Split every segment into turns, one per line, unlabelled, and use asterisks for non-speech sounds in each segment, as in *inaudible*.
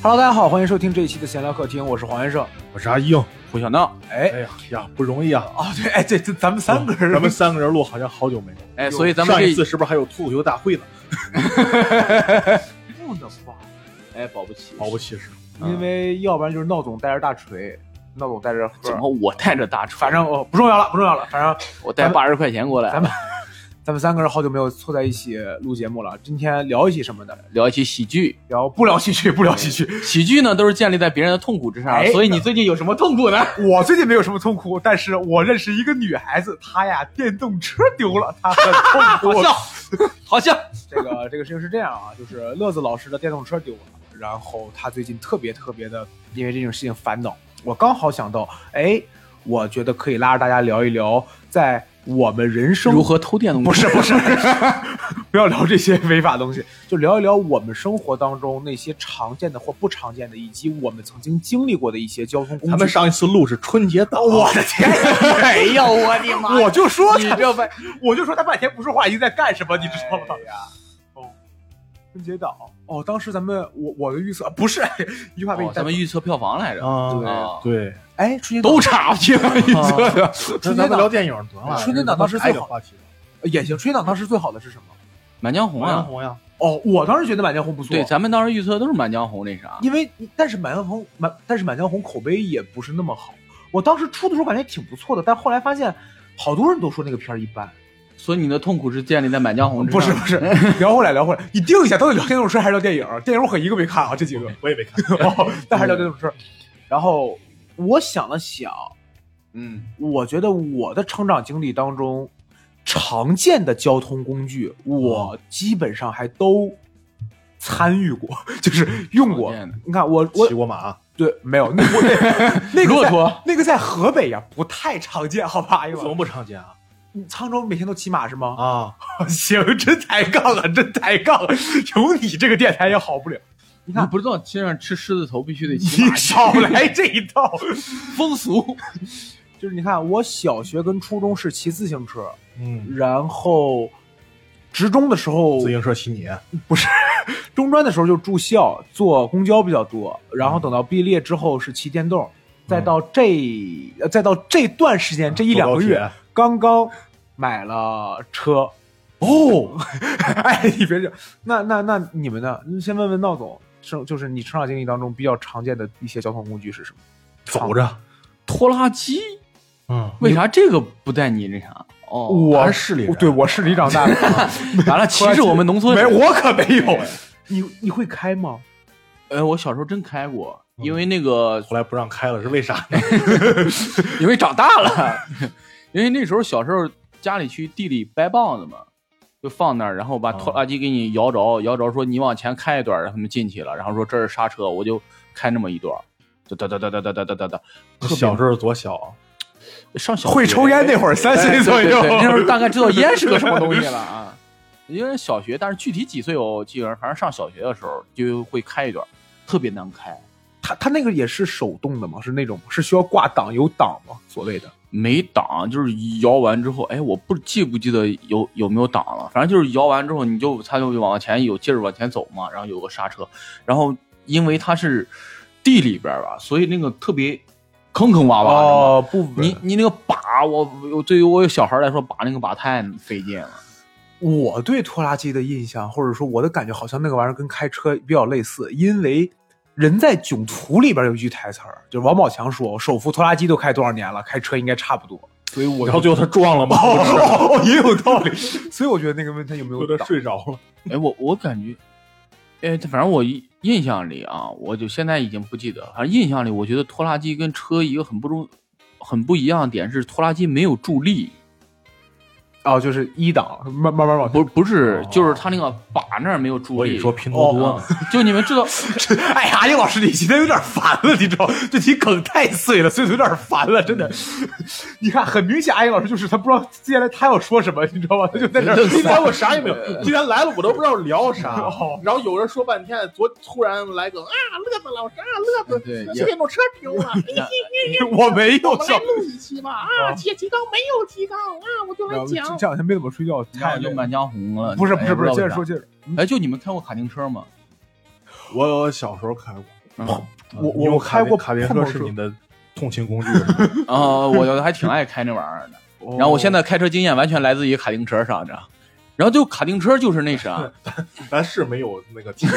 Hello，大家好，欢迎收听这一期的闲聊客厅，我是黄先生。
我是阿英。
胡小闹，
哎，
哎呀呀，不容易啊！
哦对，哎对，这咱们三个人，
咱们三个人录好像好久
*laughs*
没录。
哎，所以咱们
上
这
一次是不是还有脱口秀大会呢？
不能放，
哎保不齐，
毫不其实，
因为要不然就是闹总带着大锤，闹总带着盒，
怎么我带着大锤，
反正哦不重要了，不重要了，反正
我带八十块钱过
咱
来
们咱们三个人好久没有凑在一起录节目了。今天聊一期什么呢？
聊一期喜剧。
聊不聊戏剧？不聊戏剧。
喜剧呢都是建立在别人的痛苦之上，
哎
所以你最近有什么痛苦呢？
*laughs* 我最近没有什么痛苦，但是我认识一个女孩子，她呀电动车丢了，她很痛
好
*laughs* 苦。
笑，好笑。
这个这个事情是这样啊，就是乐子老师的电动车丢了，然后他最近特别特别的因为这种事情烦恼。我刚好想到，哎，我觉得可以拉着大家聊一聊，在我们人生
如何偷电动车？
不是不是， *laughs* 不要聊这些违法东西，就聊一聊我们生活当中那些常见的或不常见的，以及我们曾经经历过的一些交通工具。
咱们上一次录是春节档，
我的
*laughs*
天！
哎呦 *laughs* 我的妈！
我就说
你
他，
这半
我就说他半天不说话，一直在干什么，你知道
哎
吗？哦，春节档哦，当时咱们我我的预测不是一句话被你
哦
带
咱们预测票房来着，
啊
啊，
对，
哎春节档
都差不多预测的。
春
那
节
咱们
档
聊电影得了。
春节档当时
还
最
有
好
话题，
也行，春节档当时最好的是什么？
满江红
王阳
啊，
红呀，
哦，我当时觉得《满江红》不错，
对，咱们当时预测都是满江红那啥。
因为但是《满江红》满但是《满江红》口碑也不是那么好。我当时出的时候感觉挺不错的，但后来发现好多人都说那个片儿一般。
所以你的痛苦是建立在满江红之
不
上
是不是，聊回来聊回来，你定一下，到底聊电动车还是聊电影？电影我可一个没看啊，这几
*laughs*
个。
我也没看。
哦，但还是聊这种事儿。然后我想了想，
嗯，
我觉得我的成长经历当中，常见的交通工具，我基本上还都参与过， *laughs* 就是用过
常见的。
你看我我
骑过马，啊
对没有那我那那个
骆
在
驼
那个在河北呀不太常见，好吧？哎
怎么
呦，
不常见啊？
你沧州每天都骑马是吗？
啊，
*laughs* 行，真抬杠啊，真抬杠， *laughs* 有你这个电台也好不了。你
你
看，
不知道街上吃狮子头必须得骑
你
马，
少来 *laughs* 这一套。
风俗。
*laughs* 就是你看，我小学跟初中是骑自行车，
嗯，
然后职中的时候
自，行车骑你，
中专的时候就住校，坐公交比较多，然后等到毕业之后是骑电动，再到这呃再到这段时间这一两个
坐
月
高铁，
刚刚买了车。哦， *laughs* 哎，你别这，那那那你们呢？先问问闹总，生就是你成长经历当中比较常见的一些交通工具是什么？
走着。
拖拉机，
嗯，
为啥这个不带你那啥？哦，
我
还是市里人
对我市里长大的， *laughs*
完了，歧视我们农村
没
人。
我可没有。你你会开吗？
呃，我小时候真开过，
嗯
因为那个，
后来不让开了，是为啥
哎
呢？
嗯
因为长大了， *laughs* 因为那时候小时候家里去地里掰棒子嘛，就放那儿，然后把
嗯
拖拉机给你摇着，摇着说你往前开一段，让他们进去了，然后说这是刹车，我就开那么一段，就哒哒哒哒哒哒哒哒哒。特别
小时候多小啊，
上小学
会抽烟那会儿，三岁左右，
对对对那时候大概知道烟是个什么东西
*laughs*
了啊。因为小学，但是具体几岁我记得，反正上小学的时候就会开一段，特别难开，
他他那个也是手动的吗？是那种是需要挂档有档吗？所谓的
没档，就是摇完之后，哎，我不记不记得有有没有档了，反正就是摇完之后，你就它就往前有劲儿往前走嘛，然后有个刹车，然后因为它是地里边儿吧，所以那个特别坑坑洼洼的嘛。
不
你你那个把，我我对于我有小孩来说，把那个把太费劲了。
我对拖拉机的印象，或者说我的感觉，好像那个玩意儿跟开车比较类似，因为。人在囧途里边有一句台词儿，就是王宝强说：“我手扶拖拉机都开多少年了，开车应该差不多。
所以我然后最后他撞了嘛，”不是
哦，也有道理。所以我觉得那个问他有没
最后
有
他
档，
睡着了。
哎，我我感觉，哎，反正我印印象里啊，我就现在已经不记得了。反正印象里，我觉得拖拉机跟车一个很不中、很不一样的点是，拖拉机没有助力。
哦，就是一档，慢慢慢往
不不是，
哦
就是他那个把那儿没有助
我
力。
以说拼多多呢，
*laughs* 就你们知道，
*laughs* 哎呀，叶老师，你今天有点烦了，你知道吗？这题梗太碎了，碎的有点烦了，真的。你看，很明显，阿姨老师就是他不知道接下来他要说什么，你知道吗？他就在这儿
*laughs* 今天我啥也没有，今天来了我都不知道聊啥
*laughs* 哦，
然后有人说半天，昨突然来个啊，乐子老师啊，乐子，
对也
这电动车丢
*laughs*
了，嘿嘿嘿嘿
*laughs* 嗯我没
我
有
们
笑
来。录一期吧啊，姐提纲没有提纲啊，我就来
这
讲。
这两天没怎么睡觉，
你看我就
累了
满江红了。
不是不
哎
是不是，接着。
知道
说
为啥
接着。
哎，就你们开过卡丁车吗？
我小时候开过，
嗯
我
因为
我开
卡丁
过
卡丁
碰碰
车是
车
你的通勤工具，
啊，我还挺爱开那玩意儿的。
哦
然后我现在开车经验完全来自于卡丁车上，你知道。然后就卡丁车就是那啥，
咱是没有那个体力，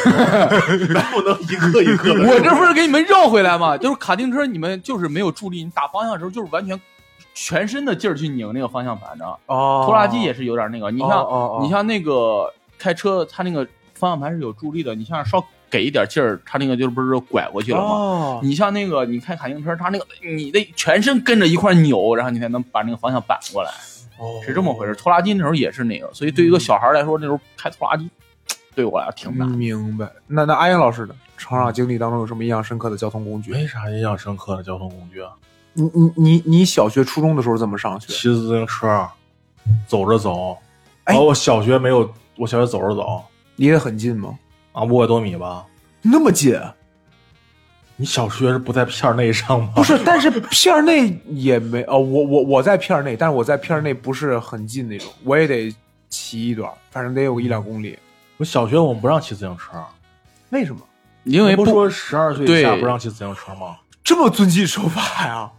*laughs* 咱不能一个一个的。
我这不是给你们绕回来吗？就是卡丁车，你们就是没有助力，你打方向的时候就是完全全身的劲儿去拧那个方向盘的。
哦，
拖拉机也是有点那个，你像、
哦哦
你像那个开车，它那个方向盘是有助力的，你像稍给一点劲儿，它那个就不是拐过去了吗？
哦
你像那个，你开卡丁车，它那个你得全身跟着一块扭，然后你才能把那个方向扳过来，
*laughs*
是这么
哦
回事。拖拉机那时候也是那个，所以对于一个小孩来说，那时候开拖拉机，对我来说挺难。
明白。那那阿英老师的成长经历当中有什么印象深刻的交通工具？
没啥印象深刻的交通工具啊，
你你你你小学、初中的时候怎么上学？
骑自行车，走着走。
哎
然后我小学没有，我小学走着走
离得很近吗？
啊，五百多米吧。
那么近？
啊
你小学是不在片儿内上吗？
不是，但是片儿内也没哦，我我我在片儿内，但是我在片儿内不是很近那种，我也得骑一段，反正得有个一两公里。
我小学我们不让骑自行车，
为什么
因为
不
不
说十二岁以下
对
不让骑自行车吗？
这么遵纪守法呀？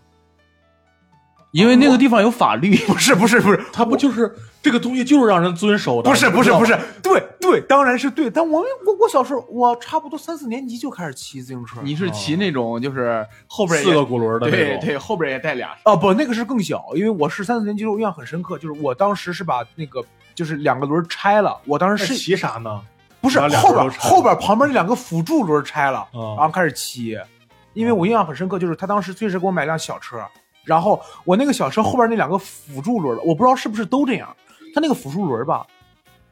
因为那个地方有法 *laughs* 律，
不是不是不是，
他不就是这个东西就是让人遵守的？
不是
你
不
知
是
道吗
不是，对对，当然是对。但我们我我小时候，我差不多三四年级就开始骑自行车。
你是骑那种就是后边也
四个轱辘的那
对
种
对，后边也带俩。
啊，不，那个是更小，因为我是三四年级，我印象很深刻，就是我当时是把那个就是两个轮儿拆了，我当时
那
是
骑啥呢？
不是
把哎两
后
轮
边
儿拆
后边旁边那两个辅助轮儿拆了，
啊
然后开始骑。因为我印象很深刻，就是他当时确实给我买辆小车，然后我那个小车后边那两个辅助轮儿，我不知道是不是都这样，他那个辅助轮儿吧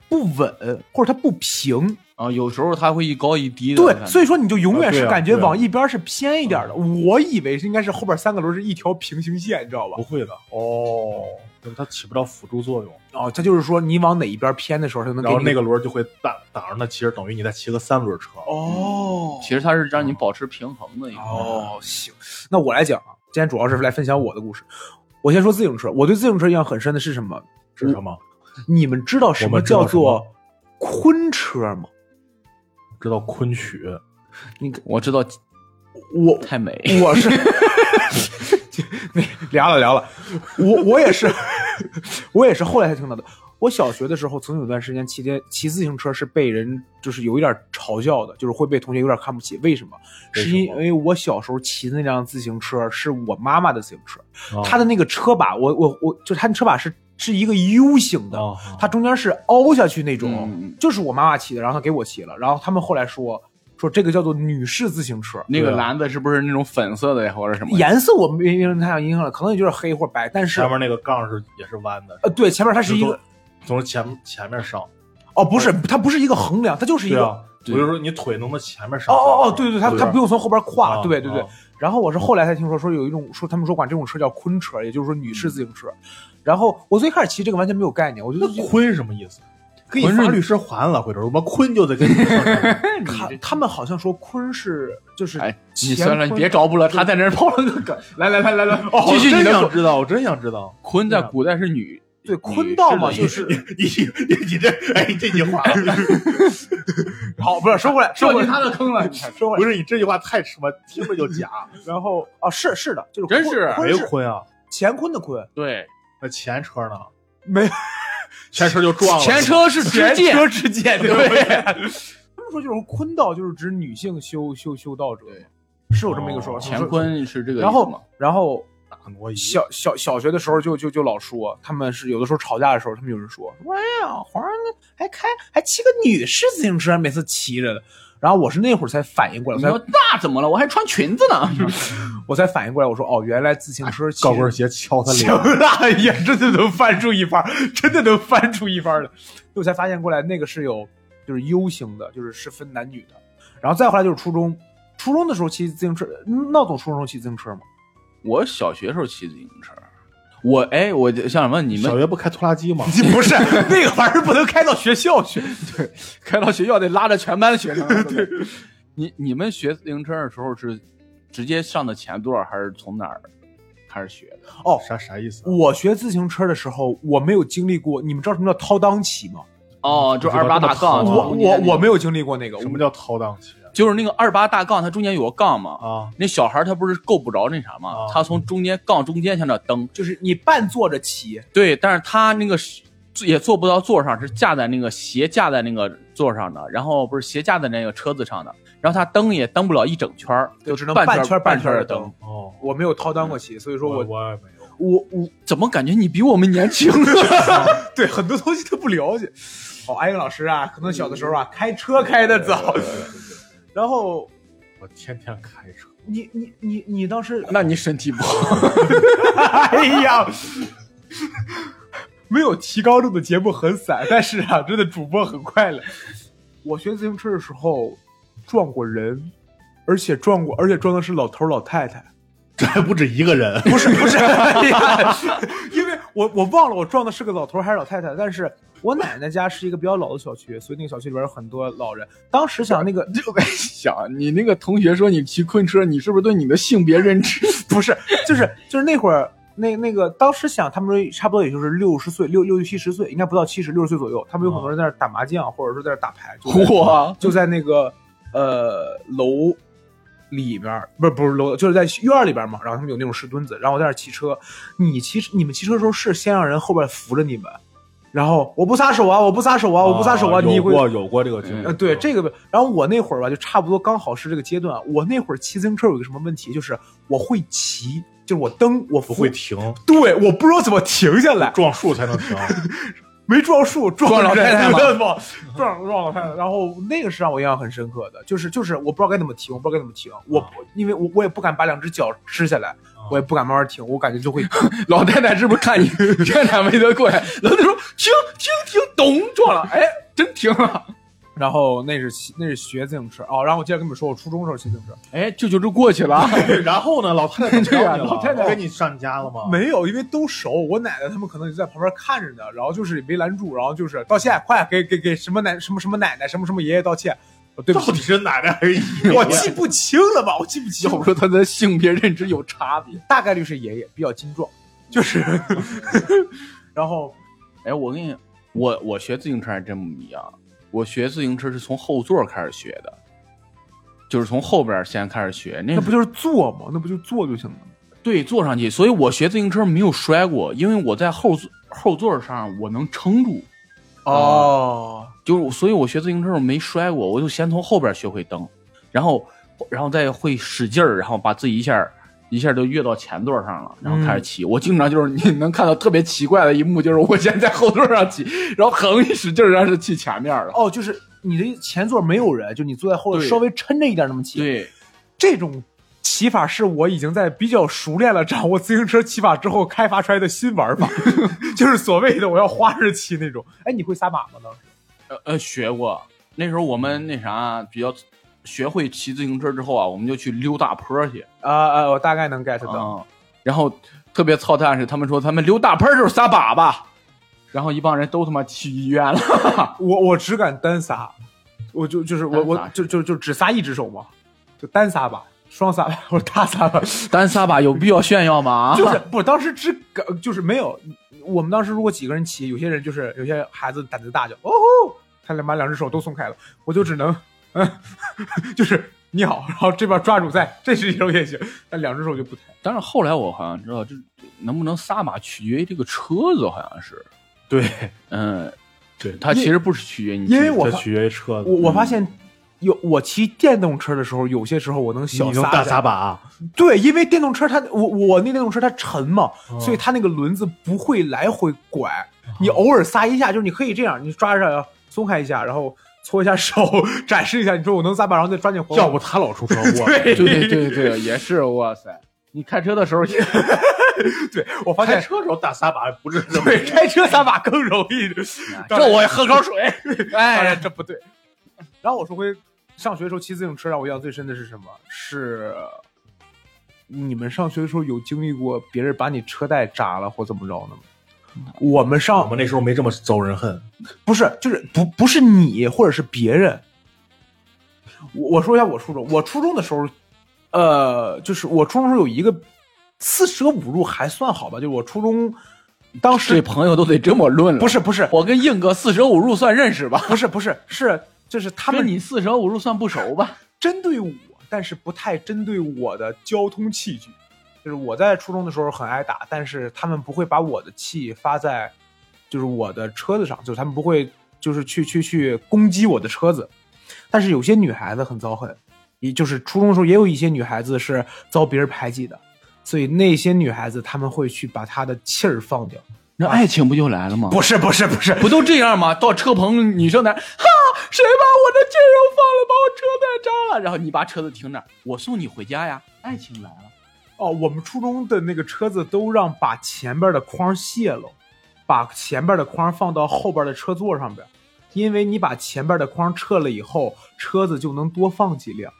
不稳，或者它不平，
啊，有时候它会一高一低的。
对，所以说你就永远
啊对
是
啊
感觉
对啊嗯
往一边是偏一点儿的。我以为是应该是后边三个轮儿是一条平行线，你知道吧
不？会的哦，就是它起不到辅助作用，
哦，他就是说你往哪一边偏的时候，他能给
然后
你
那个轮儿就会挡挡着它，其实等于你在骑个三轮车。
哦
嗯
其实它是让你保持平衡的一个。
哦，行，那我来讲啊，今天主要是来分享我的故事。我先说自行车，我对自行车印象很深的是什么？
是什么？
你们知道什
我
么
们知道
叫做昆车吗？
知道昆曲啊
你看
我知道
我
太美，
*laughs* 我 *laughs* 是聊了聊了，我我也是，我也是后来才听到的。我小学的时候，曾经有段时间骑电骑自行车是被人就是有一点嘲笑的，就是会被同学有点看不起。为什么？
为什
是
么
因为我小时候骑的那辆自行车是我妈妈的自行车，
啊
它的那个车把，我我我就是它的车把是是一个 U 型的，哦
啊，
它中间是凹下去那种，
嗯
就是我妈妈骑的，然后她给我骑了，然后他们后来说说这个叫做女士自行车，
那个
对啊
篮子是不是那种粉色的呀，或者什么？
颜色我没没什么太大影响了，可能也就是黑或白，但是
前面那个杠是也是弯的，
呃，对，前面它
它
是一个
从前前面上，
哦，不是，它不是一个横梁，它就是一
对
个、
啊，我
对
就说你腿能不能前面
哦
上？
哦哦，对对，它
对
它
啊
不用从后边跨，
啊
对对对
啊。
然后我是后来才听说说有一种说他们说管这种车叫昆车，也就是说女士自行车。然后我最开始骑这个完全没有概念，我就
嗯那坤是什么意思？给你
坤是
发律师函了，回头我们坤就得给你 *laughs* 上这个
他哎他们好像说昆是就是
哎，你
乾
算了，
坤
你别着不了，他在那儿抛了个梗。来来来来来，
啊
我
继续
哦
你
真
的
想
梗
知道，我真想知道。
坤在古代是女，
对
女
坤道嘛，
士
就
的
是
你你你这哎，这句话
*laughs* 好，不是说回来，哎说
掉
回
进
来，
他的坑了，
说回来，
不是你这句话太什么，听着就
*laughs*
假。
然后啊，是是的，就是
真
坤
是
坤
没
是
坤啊，
乾坤的坤，
对，
那前车呢？
没
*laughs* 前车就撞了。
前车是直
前
剑，
车之鉴，对
对
不对？他们说就是坤道，就是指女性修修修道者，是有这么一个说法。
哦
他们说。
乾坤是这个意思
然
吗，
后，然后
大挪移，
小小小学的时候就就就老说，他们是有的时候吵架的时候，他们有人说，哎呀，皇上还开还骑个女士自行车，每次骑着的。然后我是那会儿才反应过来，嗯
你
我
说
才
那怎么了？我还穿裙子呢。
我才反应过来，我说哦，原来自行
啊
车其
高
实
跟鞋敲他
行
脸，
了，也真的能翻出一番儿，真的能翻出一番 *laughs* 儿的。我才发现过来，那个是有就是 U 型的，就是是分男女的。然后再后来就是初中，初中的时候骑自行车，嗯闹总初中时候骑自行车吗？
我小学时候骑自行车，我哎，我就想问你
小
们，
学不开拖拉机吗？
不是 *laughs* 那个玩意儿不能开到学校去。
开到学校得拉着全班的学生。 *laughs* 对，你你们学自行车的时候是直接上的前座，还是从哪儿开始学的？
哦，
啥啥意思？啊
我学自行车的时候，我没有经历过。你们知道什么叫掏裆骑吗？
哦，就
我觉
二
得
八
这么
大杠，
哦
我
中间
我
那个
我没有经历过那个。
什么叫掏裆鞋
就是那个二八大杠，它中间有个杠嘛。
啊？
那小孩他不是够不着那啥嘛，
啊
他从中间杠中间向那蹬，
就是你半坐着骑，
对，但是他那个是也坐不到座上，是架在那个斜架在那个座上的，然后不是斜架在那个车子上的，然后他蹬也蹬不了一整圈儿，
就只能
半
半
圈儿
半
半圈
的
的蹬。。
哦，
我没有掏裆过骑，所以说
我
我
我也没有。
我我
怎么感觉你比我们年轻啊？
对很多东西他不了解。哦，艾云老师啊，可能小的时候啊，开车开的早。然后
我天天开车，
你你你你当时，
*laughs* 那你身体不好，
哎呀，没有提高度的节目很散，但是啊，真的主播很快乐。我学自行车的时候撞过人，而且撞过，而且撞的是老头老太太。
这还不止一个人。
*laughs* 不是不是，哎呀因为我我忘了我撞的是个老头儿还是老太太，但是我奶奶家是一个比较老的小区，所以那个小区里边有很多老人。当时想那个
就 *laughs* 在想你那个同学说你骑昆车，你是不是对你的性别认 *laughs* 知？
不是，就是就是那会儿那那个当时想他们说差不多也就是六十岁六六七十岁，应该不到七十六十岁左右，他们有很多人在那儿打麻将或者说在那儿打牌， *laughs* 就在
我
就在那个呃楼里边儿，不是不是楼，就是在院儿里边儿嘛。然后他们有那种石墩子，然后我在那儿骑车。你骑你们骑车的时候是先让人后边扶着你们，然后我不撒手啊，我不撒手啊，我不撒手啊，你
有
会。
过有过这个经历嗯
呃，。对这个，然后我那会儿吧，就差不多刚好是这个阶段。我那会儿骑自行车有一个什么问题，就是我会骑，就是我蹬，我
不
不
会，停，
对，我不知道怎么停下来，
撞树才能停。
没撞树，撞
撞老
人
太太吗
了吗？撞撞老太太。然后那个是让我印象很深刻的，就是就是我不知道该怎么停，我不知道该怎么停，我
啊
因为我我也不敢把两只脚支下来，我也不敢慢慢停，我感觉就会 *laughs*
老太太是不是 *laughs* 看你这俩没得过来？老太太说停停停，咚撞了，哎，真停了。
然后那是骑那是学自行车哦，然后我接着跟你们说，我初中时候骑自行车
哎，这就是过去了。
*laughs* 然后呢，老太太怎么
对啊
着你了
老太太
跟你上家了吗？
没有，因为都熟，我奶奶他们可能就在旁边看着呢，然后就是没拦住，然后就是道歉，快给给给什么奶什么什么奶奶什么什么爷爷道歉，哦对
到
不起
底，是奶奶还是爷爷？
我记不清了吧，我记不清
要
了
不说他的性别认知有差别。
大概率是爷爷比较精壮， *laughs* 就是，然后
*laughs* 哎，我跟你，我我学自行车还真不一样，我学自行车是从后座开始学的，就是从后边先开始学，那
那不就是坐吗？那不就坐就行了吗。
对坐上去，所以我学自行车没有摔过，因为我在后座后座上我能撑住，
哦，
就是所以我学自行车我没摔过，我就先从后边学会蹬，然后然后再会使劲儿，然后把自己一下一下就跃到前座上了，然后开始骑。我经常就是你能看到特别奇怪的一幕，就是我先在后座上骑，然后横一使劲儿，然后是骑前面了。
哦，就是你的前座没有人，就你坐在后座
对
稍微抻着一点那么骑。，
对，
这种骑法是我已经在比较熟练了掌握自行车骑法之后开发出来的新玩 *laughs* 法，就是所谓的我要花式骑那种。哎，你会撒马吗？当时？
呃呃，学过。那时候我们那啥比较学会骑自行车之后啊，我们就去溜大坡去
啊啊，我大概能 get
啊、
到。
然后特别操蛋是，他们说他们溜大坡就是撒粑粑，然后一帮人都他妈去医院了。
我我只敢单撒，我就就是我
单
我
撒
就就就只撒一只手嘛，就单撒吧，双撒吧，或者大撒吧。
单撒把有必要炫耀吗？
就是不，当时只敢就是没有。我们当时如果几个人骑，有些人就是有些孩子胆子大就哦吼，他俩把两只手都松开了，我就只能， *laughs* 嗯，就是你好，然后这边抓主在，这是一种也行，但两只手就不抬。
但是后来我好像知道，这能不能撒马取决于这个车子，好像是，
对，
嗯，
对
它其实不是取决于你，
因为我
这
发
取决于车子
我。我发现有我骑电动车的时候，有些时候我能小
你能大
撒
撒
点。
把，啊
对，因为电动车它我我那电动车它沉嘛，
嗯
所以它那个轮子不哦会来回拐，你偶尔撒一下，就是你可以这样，你抓着松开一下，然后搓一下手，展示一下，你说我能咋办？然后再抓紧活。
要不他老出
*laughs*
车祸，
对对对对，也是，哇塞！你开车
*laughs*
的时候也，
对我发 *laughs*
开
现，
车的时候打撒把不是这么
对开车撒把更容易。
这我也喝口水。
当
哎
然，这不对。然后我说回上学的时候骑自行车，让我印象最深的是什么？是你们上学的时候有经历过别人把你车带扎了或怎么着的吗？嗯我们
*laughs* 我
上
们那时候没这么招人恨，
不是就是不不是你或者是别人。我我说一下我初中，我初中的时候，呃，就是我初中时候有一个四舍五入还算好吧，就是我初中当
这
时
朋友都得这么论了。
不，是不是
我跟硬哥四舍五入算认识吧？
不是不是是就是他
他
们
们你四舍五入算不熟吧？
针对我，但是不太针对我的交通器具。就是我在初中的时候很挨打，但是他们不会把我的气发在就是我的车子上，就是他们不会就是去去去攻击我的车子。但是有些女孩子很遭恨，也就是初中的时候也有一些女孩子是遭别人排挤的，所以那些女孩子她们会去把她的气儿放掉。
那爱情不就来了吗？
不是不是不是，
啊不都这样吗？到车棚，女生那儿哈，谁把我的肌肉放了，把我车带扎了，然后你把车子停那儿，我送你回家呀。爱情来了，
哦，我们初中的那个车子都让把前边的框卸了，把前边的框放到后边的车座上边，因为你把前边的框撤了以后，车子就能多放几辆。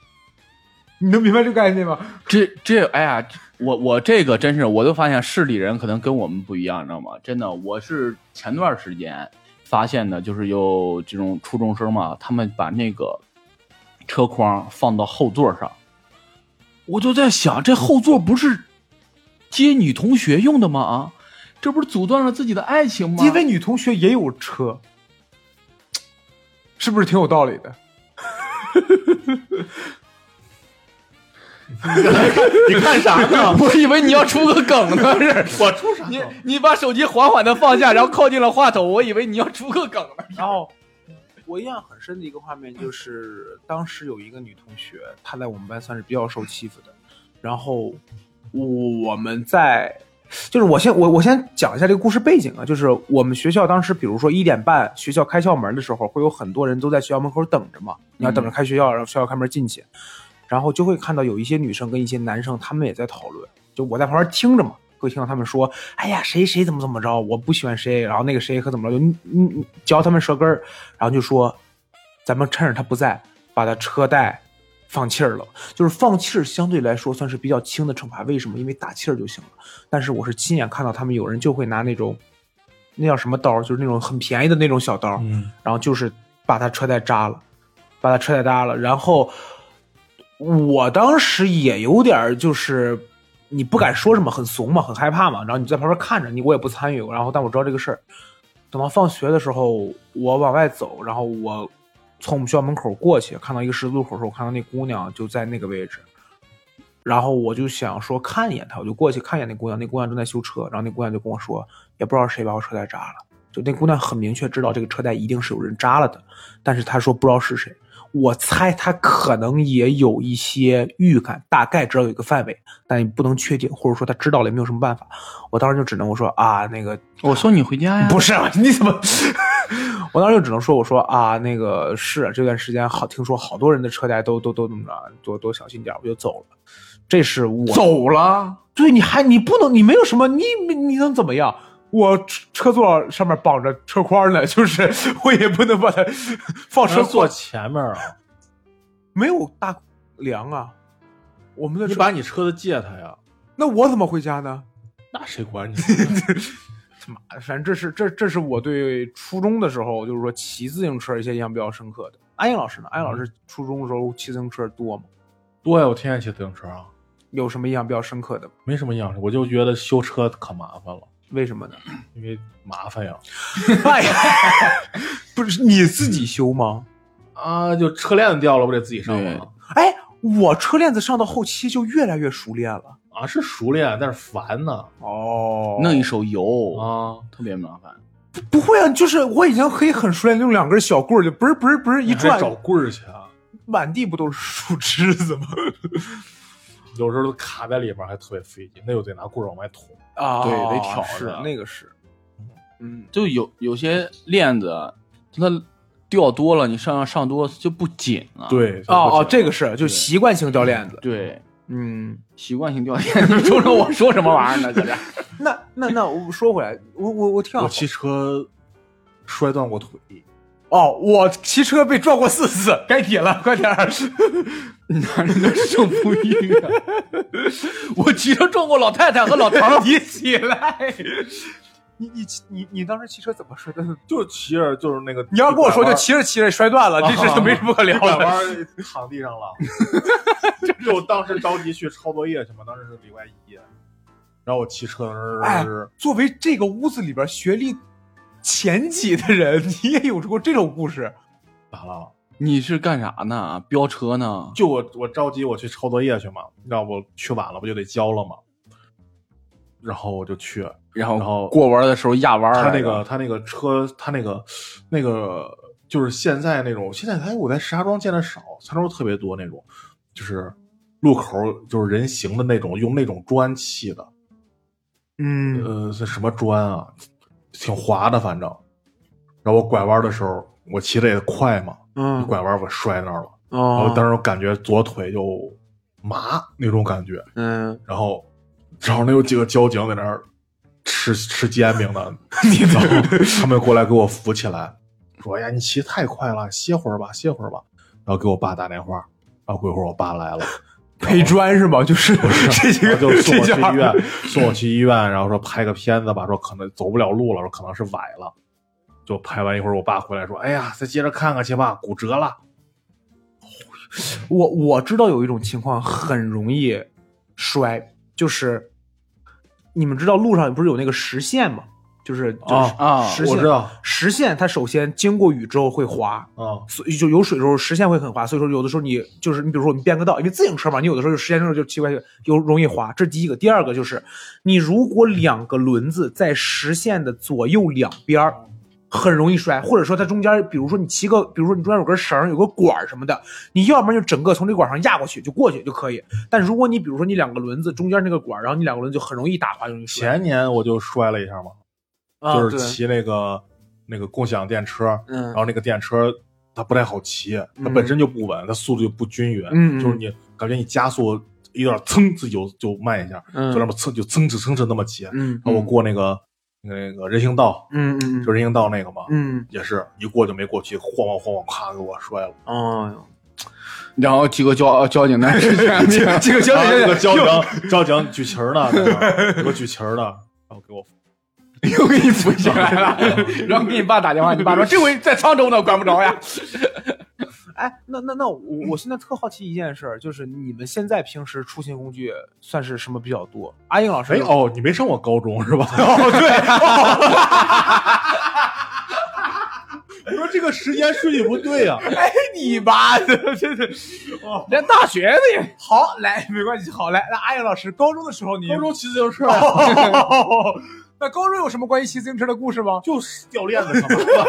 你能明白这个概念吗？
这这，哎呀，我我这个真是，我都发现市里人可能跟我们不一样，你知道吗？真的，我是前段时间发现的，就是有这种初中生嘛，他们把那个车筐放到后座上，我就在想，这后座不是接女同学用的吗？啊，这不是阻断了自己的爱情吗？
因为女同学也有车，是不是挺有道理的？
你看啥呢？
*laughs* 我以为你要出个梗呢，是
我出啥
你你把手机缓缓的放下，然后靠近了话筒，我以为你要出个梗呢。
然后我印象很深的一个画面就是，当时有一个女同学，她在我们班算是比较受欺负的。然后我们在，就是我先我我先讲一下这个故事背景啊，就是我们学校当时，比如说一点半学校开校门的时候，会有很多人都在学校门口等着嘛，你要等着开学校，然后学校开门进去，然后就会看到有一些女生跟一些男生，他们也在讨论，就我在旁边听着嘛。会听到他们说：“哎呀，谁谁怎么怎么着，我不喜欢谁，然后那个谁可怎么着，就你你你嚼他们舌根儿，然后就说，咱们趁着他不在，把他车带放气儿了。就是放气儿相对来说算是比较轻的惩罚，为什么？因为打气儿就行了。但是我是亲眼看到他们有人就会拿那种，那叫什么刀，就是那种很便宜的那种小刀，
嗯，
然后就是把他车带扎了，把他车带扎了。然后我当时也有点儿就是你不敢说什么，很怂嘛，很害怕嘛。然后你在旁边看着你，我也不参与。然后但我知道这个事儿。等到放学的时候，我往外走，然后我从我们学校门口过去，看到一个十字路口的时候，我看到那姑娘就在那个位置。然后我就想说看一眼她，我就过去看一眼那姑娘，那姑娘正在修车，然后那姑娘就跟我说，也不知道谁把我车带扎了。就那姑娘很明确知道这个车贷一定是有人扎了的，但是她说不知道是谁。我猜她可能也有一些预感，大概知道有一个范围，但也不能确定，或者说她知道了也没有什么办法。我当时就只能我说啊，那个
我送你回家呀
不是，啊 *laughs* 你怎么？我当时就只能说，我说啊，那个是这段时间好，听说好多人的车贷都都都怎么着，多多小心点儿，我就走了。这是我
走了，
对，你还你不能，你没有什么，你你能怎么样？我车车座上面绑着车筐呢，就是 *laughs* 我也不能把它放车
车坐
座，
前面啊，
没有大梁啊。我们的
你
车，
把你车子借他呀，
那我怎么回家呢？
那谁 *laughs* 管你？
他妈的，反正这是这这是我对初中的时候，就是说骑自行车一些印象比较深刻的。安英老师呢？安英老师初中的时候骑自行车多吗？
多呀，我天天骑自行车啊，
有什么印象比较深刻的吗？
没什么样式，我就觉得修车可麻烦了，
为什么呢？
因为麻烦呀。
*laughs* 哎呀， *laughs* 不是你自己修吗？
啊，就车链子掉了，不得自己上吗？
哎，我车链子上到后期就越来越熟练了。
啊，是熟练，但是烦呢。
哦
弄一手油，
啊，
特别麻烦。
不会啊，就是我已经可以很熟练地用两根小棍儿，就不是不是不是一
你
转
还，找棍儿去啊，
满地不都是树枝子吗？
有时候都卡在里边，还特别费劲，那又得拿棍儿往外捅。
*laughs* 啊
对得挑
是
着
那个是，嗯，
就有有些链子，它掉多了，你上上多就不紧了。
对，
哦哦，这
个
个是就习惯性掉链子，
对，
嗯。
习惯性掉链子。你说说我说什么玩意儿呢？搁这儿
那那那我说回来，我我我挺
我
想
骑车摔断过腿，
哦，我骑车被撞过四次，该你了，快点儿！
哪里的胜负欲啊？ *laughs* 我骑车撞过老太太和老头儿。
你起来！你你你你当时骑车怎么摔的？
就是骑着就是那个，
你要跟我说就
就
骑着骑着摔断了，这事就没什么可聊
*laughs* 拐
了。
弯儿躺地上
*laughs*
了，就我当时着急去抄作业去嘛，当时是礼拜一，然后我骑车，
哎作为这个屋子里边学历前几的人， *laughs* 你也有过这种故事？
咋了？
你是干啥呢？飙车呢？
就我我着急我去抄作业去嘛，你知道我去晚了不就得交了嘛，然后我就去，
然后
然后
过弯的时候压弯儿
他那
来着
个他那个车，他那个那个就是现在那种，现在哎，我在石家庄见的少，泉州特别多那种，就是路口就是人行的那种，用那种砖砌的，
嗯，
呃，是什么砖啊？挺滑的，反正。然后我拐弯的时候，我骑的也快嘛，一
嗯
拐弯我摔那儿了，然后
哦，
当时我感觉左腿就麻那种感觉，
嗯，
然后正好那有几个交警在那儿吃 *laughs* 吃煎饼呢，
*laughs* 你
然后 *laughs* 他们过来给我扶起来，说：“哎呀，你骑太快了，歇会儿吧， *laughs* 歇会儿吧。”然后给我爸打电话，然后过一会儿我爸来了，
陪砖是吗？就是 *laughs* 这几
然
个
后就送
这
我去
几
医
行
院，送我去医院，然后说拍个片子吧，说可能走不了路了，说可能是崴了。就拍完一会儿，我爸回来说：“哎呀，再接着看看去吧，骨折了。
我我知道有一种情况很容易摔，就是你们知道路上不是有那个实线吗？就是就是
啊
啊
实”
我
线
知道
实线它首先经过雨之后会滑，
啊，
所以就有水的时候实线会很滑，所以说有的时候你就是你比如说你变个道，因为自行车嘛，你有的时候就实线上就奇怪有容易滑，这第一个。第二个就是你如果两个轮子在实线的左右两边儿很容易摔，或者说它中间，比如说你骑个，比如说你中间有根绳儿，有个管儿什么的，你要不然就整个从这管儿上压过去就过去就可以。但如果你比如说你两个轮子中间那个管儿，然后你两个轮子就很容易打滑，容易摔。
前年我就摔了一下嘛，
啊
就是
对
骑啊那个那个共享电车，
嗯
然后那个电车它不太好骑，它本身就不稳，它速度就不均匀，
嗯嗯
就是你感觉你加速一点儿噌自己就就慢一下，
嗯
就那么蹭就蹭哧蹭哧那么骑。然
嗯
后我过那个、那个人行道，
嗯嗯
就人行道那个嘛，
嗯
也是一过就没过去，晃晃晃晃，咔给我摔
*laughs*
了。
哦，
然后几个交交警在之前
这个交
然后那
警
个 *laughs* 交警交警举旗儿呢，在那儿给我举旗儿呢，然后给我
又给你扶起来了， *laughs* 然后给你爸打电话，你爸说这回在沧州呢，管不着呀。
哎，那那那我我现在特好奇一件事儿，就是你们现在平时出行工具算是什么比较多？阿英老师
哎
有，
哦，你没上过高中
*laughs*
是吧？
哦
*laughs* 对。我说这个时间顺序不对啊呀、
哎你 *laughs* 妈的，真是
哦
连大学的也
好来没关系，好来，那阿英老师，高中的时候你 *laughs*
高中骑自行车、
那高中有什么关于骑自行车的故事吗？
就是掉链 *laughs* 子什么的，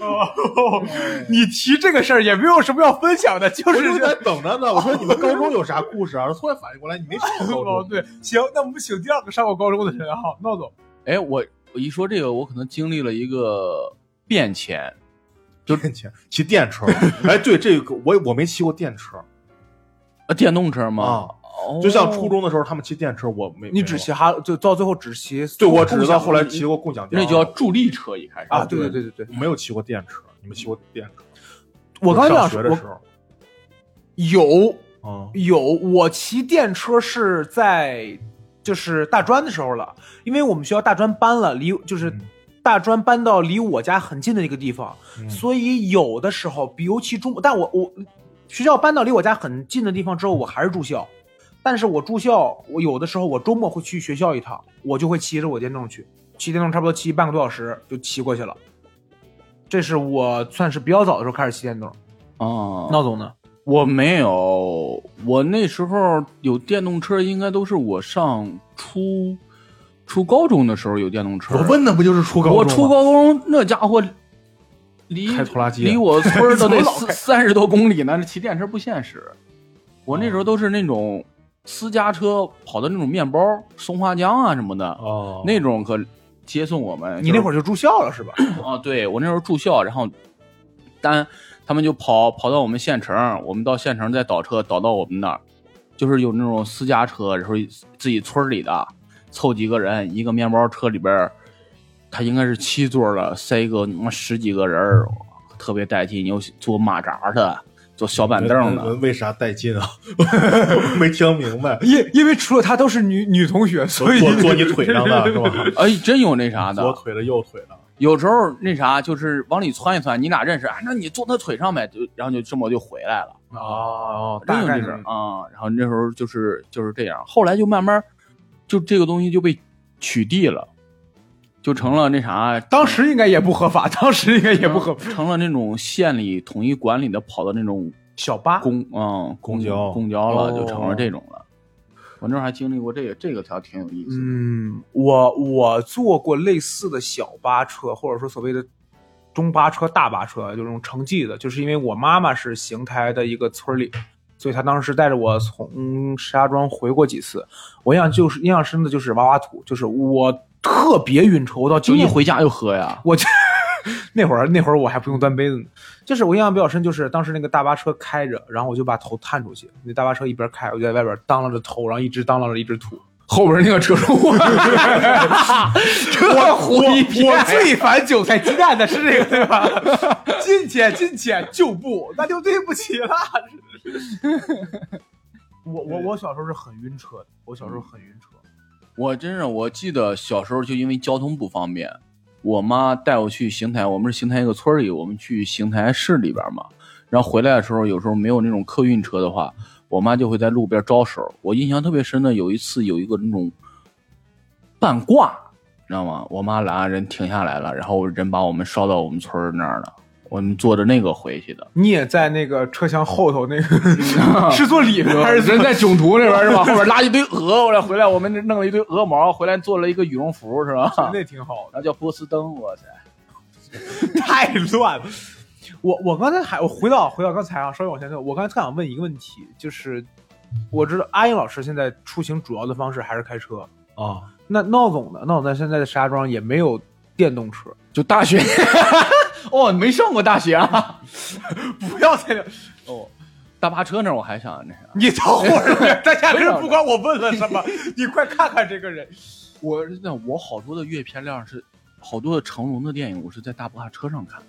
哦，你提这个事儿也没有什么要分享的，就
我就是
*laughs*
在等着呢。我说你们高中有啥故事啊？突然反应过来，你没上过高
哦
*laughs* 中。
对，行，那我们请第二个上过高中的人哈，闹总，
哎，我我一说这个，我可能经历了一个变迁。
电车，骑电车。哎，对这个我我没骑过电车
呃，电动车吗？哦
啊，就像初中的时候他们骑电车，我没
你
没
只
有
骑哈，就到最后只骑，
对我只知道
共享
后来骑过共享电
那
车，
叫助力车，一开始
啊，对对对对对，
我没有骑过电车。你们骑过电车？
我刚
上
想
学
说，
的
我
时候，
有
啊，
有，我骑电车是在就是大专的时候了，因为我们学校大专搬了，离就是
嗯
大专搬到离我家很近的一个地方，
嗯
所以有的时候，比尤其中，但我我学校搬到离我家很近的地方之后，我还是住校。但是我住校，我有的时候我周末会去学校一趟，我就会骑着我电动去，骑电动差不多骑半个多小时就骑过去了。这是我算是比较早的时候开始骑电动。
啊，
闹总呢？
我没有，我那时候有电动车，应该都是我上初初高中的时候有电动车。
我问的不就是初高中吗
我初高中那家伙离
开拖拉机啊
离我村儿都
*laughs*
怎么
得
老
三
开
三十多公里呢，骑电车不现实。我那时候都是那种私家车跑的那种面包、松花江啊什么的，
哦，
那种可接送我们。
你那会
儿
哎儿就住校了是吧？
啊，对我那时候住校，然后单他们就跑跑到我们县城，我们到县城再倒车倒到我们那儿，就是有那种私家车，然后自己村里的凑几个人，一个面包车里边儿，他应该是七座的，塞一个他妈十几个人儿，特别带劲。有坐马扎的，坐小板凳的，
为为啥带劲啊？ *laughs* 没听明白，
*coughs* 因因为除了她都是女女同学， *laughs* 所以
坐坐你腿上
*laughs*
的是吧？
哎，真有那啥的，
左腿的，右腿的，
有时候那啥就是往里窜一窜，你俩认识，啊，那你坐他腿上呗，就然后就这么就回来了，
哦，
真
大
有
概
这
是
事儿啊。然后那时候就是就是这样，后来就慢慢就这个东西就被取缔了，就成了那啥，
当时应该也不合法，当时应该 *laughs* 也不合法。
成了那种县里统一管理的，跑到那种
小八
公嗯
公交
公交了，
哦
就成了这种了。我那时候还经历过这个，这个条挺有意思的。
嗯，我我坐过类似的小巴车，或者说所谓的中巴车、大巴车，就这种城际的，就是因为我妈妈是邢台的一个村里，所以她当时带着我从石家庄回过几次。我印象就是印象深的就是挖挖土，就是我特别晕车，我到
就
今
一
天
回家就喝呀，
我就那会儿那会儿我还不用端杯子呢，就是我印象比较深，就是当时那个大巴车开着，然后我就把头探出去，那大巴车一边开，我就在外边当啷着头，然后一直当啷着一直吐。
后边那个车窗，
*laughs* 我我我 *laughs* 最烦韭菜鸡蛋的是这个对 *laughs* 吧？进去进去就不，那就对不起了。 *laughs* 我我我小时候是很晕车的，我小时候很晕车。
我真是，我记得小时候就因为交通不方便，我妈带我去邢台，我们是邢台一个村儿里，我们去邢台市里边嘛。然后回来的时候，有时候没有那种客运车的话，我妈就会在路边招手。我印象特别深的有一次，有一个那种半挂，知道吗？我妈拦人停下来了，然后人把我们捎到我们村儿那儿了。我们坐着那个回去的，
你也在那个车厢后头那个 *laughs* 是坐里边还是坐
人在囧途那边是吧？后边拉一堆鹅，后来回来我们弄了一堆鹅毛，回来做了一个羽绒服是吧？
*laughs* 那挺好的，
然后叫波司登，我操！
太乱了。我我刚才还我回到回到刚才啊，稍微往前走，我刚才特想问一个问题，就是我知道阿英老师现在出行主要的方式还是开车，
啊，
那闹总呢？闹总在现在的石家庄也没有电动车，
就大学， *laughs* 哦，没上过大学啊。
*laughs* 不要再聊。
哦，大巴车那儿我还想那啥，
你等会儿， *laughs* 大家根本不管我问了什么，你快看看这个人。
我那我好多的阅片量是，好多的成龙的电影我是在大巴车上看。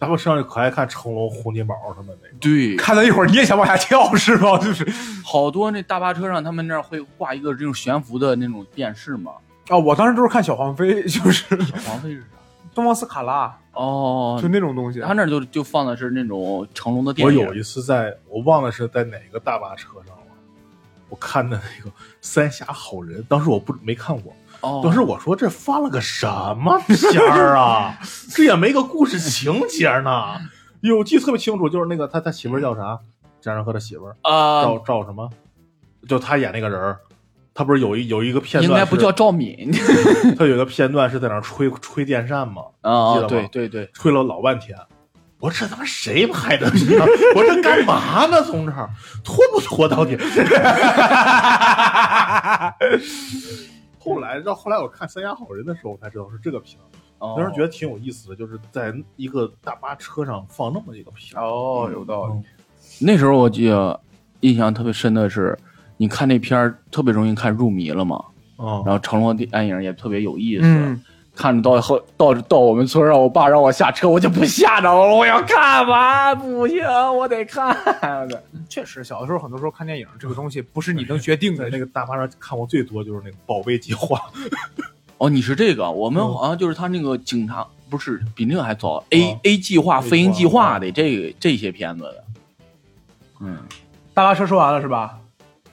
咱们上去可爱看成龙、洪金宝他们那个。
对，
看到一会儿你也想往下跳是吧？就是
好多那大巴车上他们那儿会挂一个这种悬浮的那种电视嘛。
啊，我当时都是看小黄飞，就是
黄飞是啥？
*laughs* 东方斯卡拉，
哦
就，那种东西。啊
他那儿就就放的是那种成龙的电
我
影。
有一次在，我忘了是在哪个大巴车上了，我看的那个《三峡好人》，当时我不没看过，
哦，
当时我说这发了个什
*laughs*
么片儿啊？这也没个故事情节呢。有我记得特别清楚，就是那个他他媳妇儿叫啥？张然和他媳妇儿
啊、
赵赵什么？就他演那个人儿，他不是有一有一个片段
应
是，
该不叫赵敏 *laughs*
他有一个片段是在那儿吹吹电扇嘛，
啊、
记得吗
对对对，
吹了老半天。我说这他妈谁拍的片儿？我说这干嘛呢？从这儿拖不拖到底？ *laughs* 后来到后来我看《三峡好人》的时候，我才知道是这个片儿。
哦
当时觉得挺有意思的，就是在一个大巴车上放那么一个片儿。
哦，有道理。
那时候我记得印象特别深的是，你看那片儿特别容易看入迷了嘛，
哦
然后成龙的电影也特别有意思。
嗯，
看着到后到到我们村儿上，我爸让我下车，我就不下着了，我要看完，不行，我得看。
确实，小的时候很多时候看电影这个东西不是你能决定
在
的。
那个大巴上看过最多就是那个《宝贝计划》
哦，你是这个，我们
嗯
好像就是他那个警察，不是比那个还早，A
啊
哦 A 计划、
计划
飞鹰计划哦的这个这些片子的。嗯，
*laughs* 大巴车说完了是 *laughs* 吧？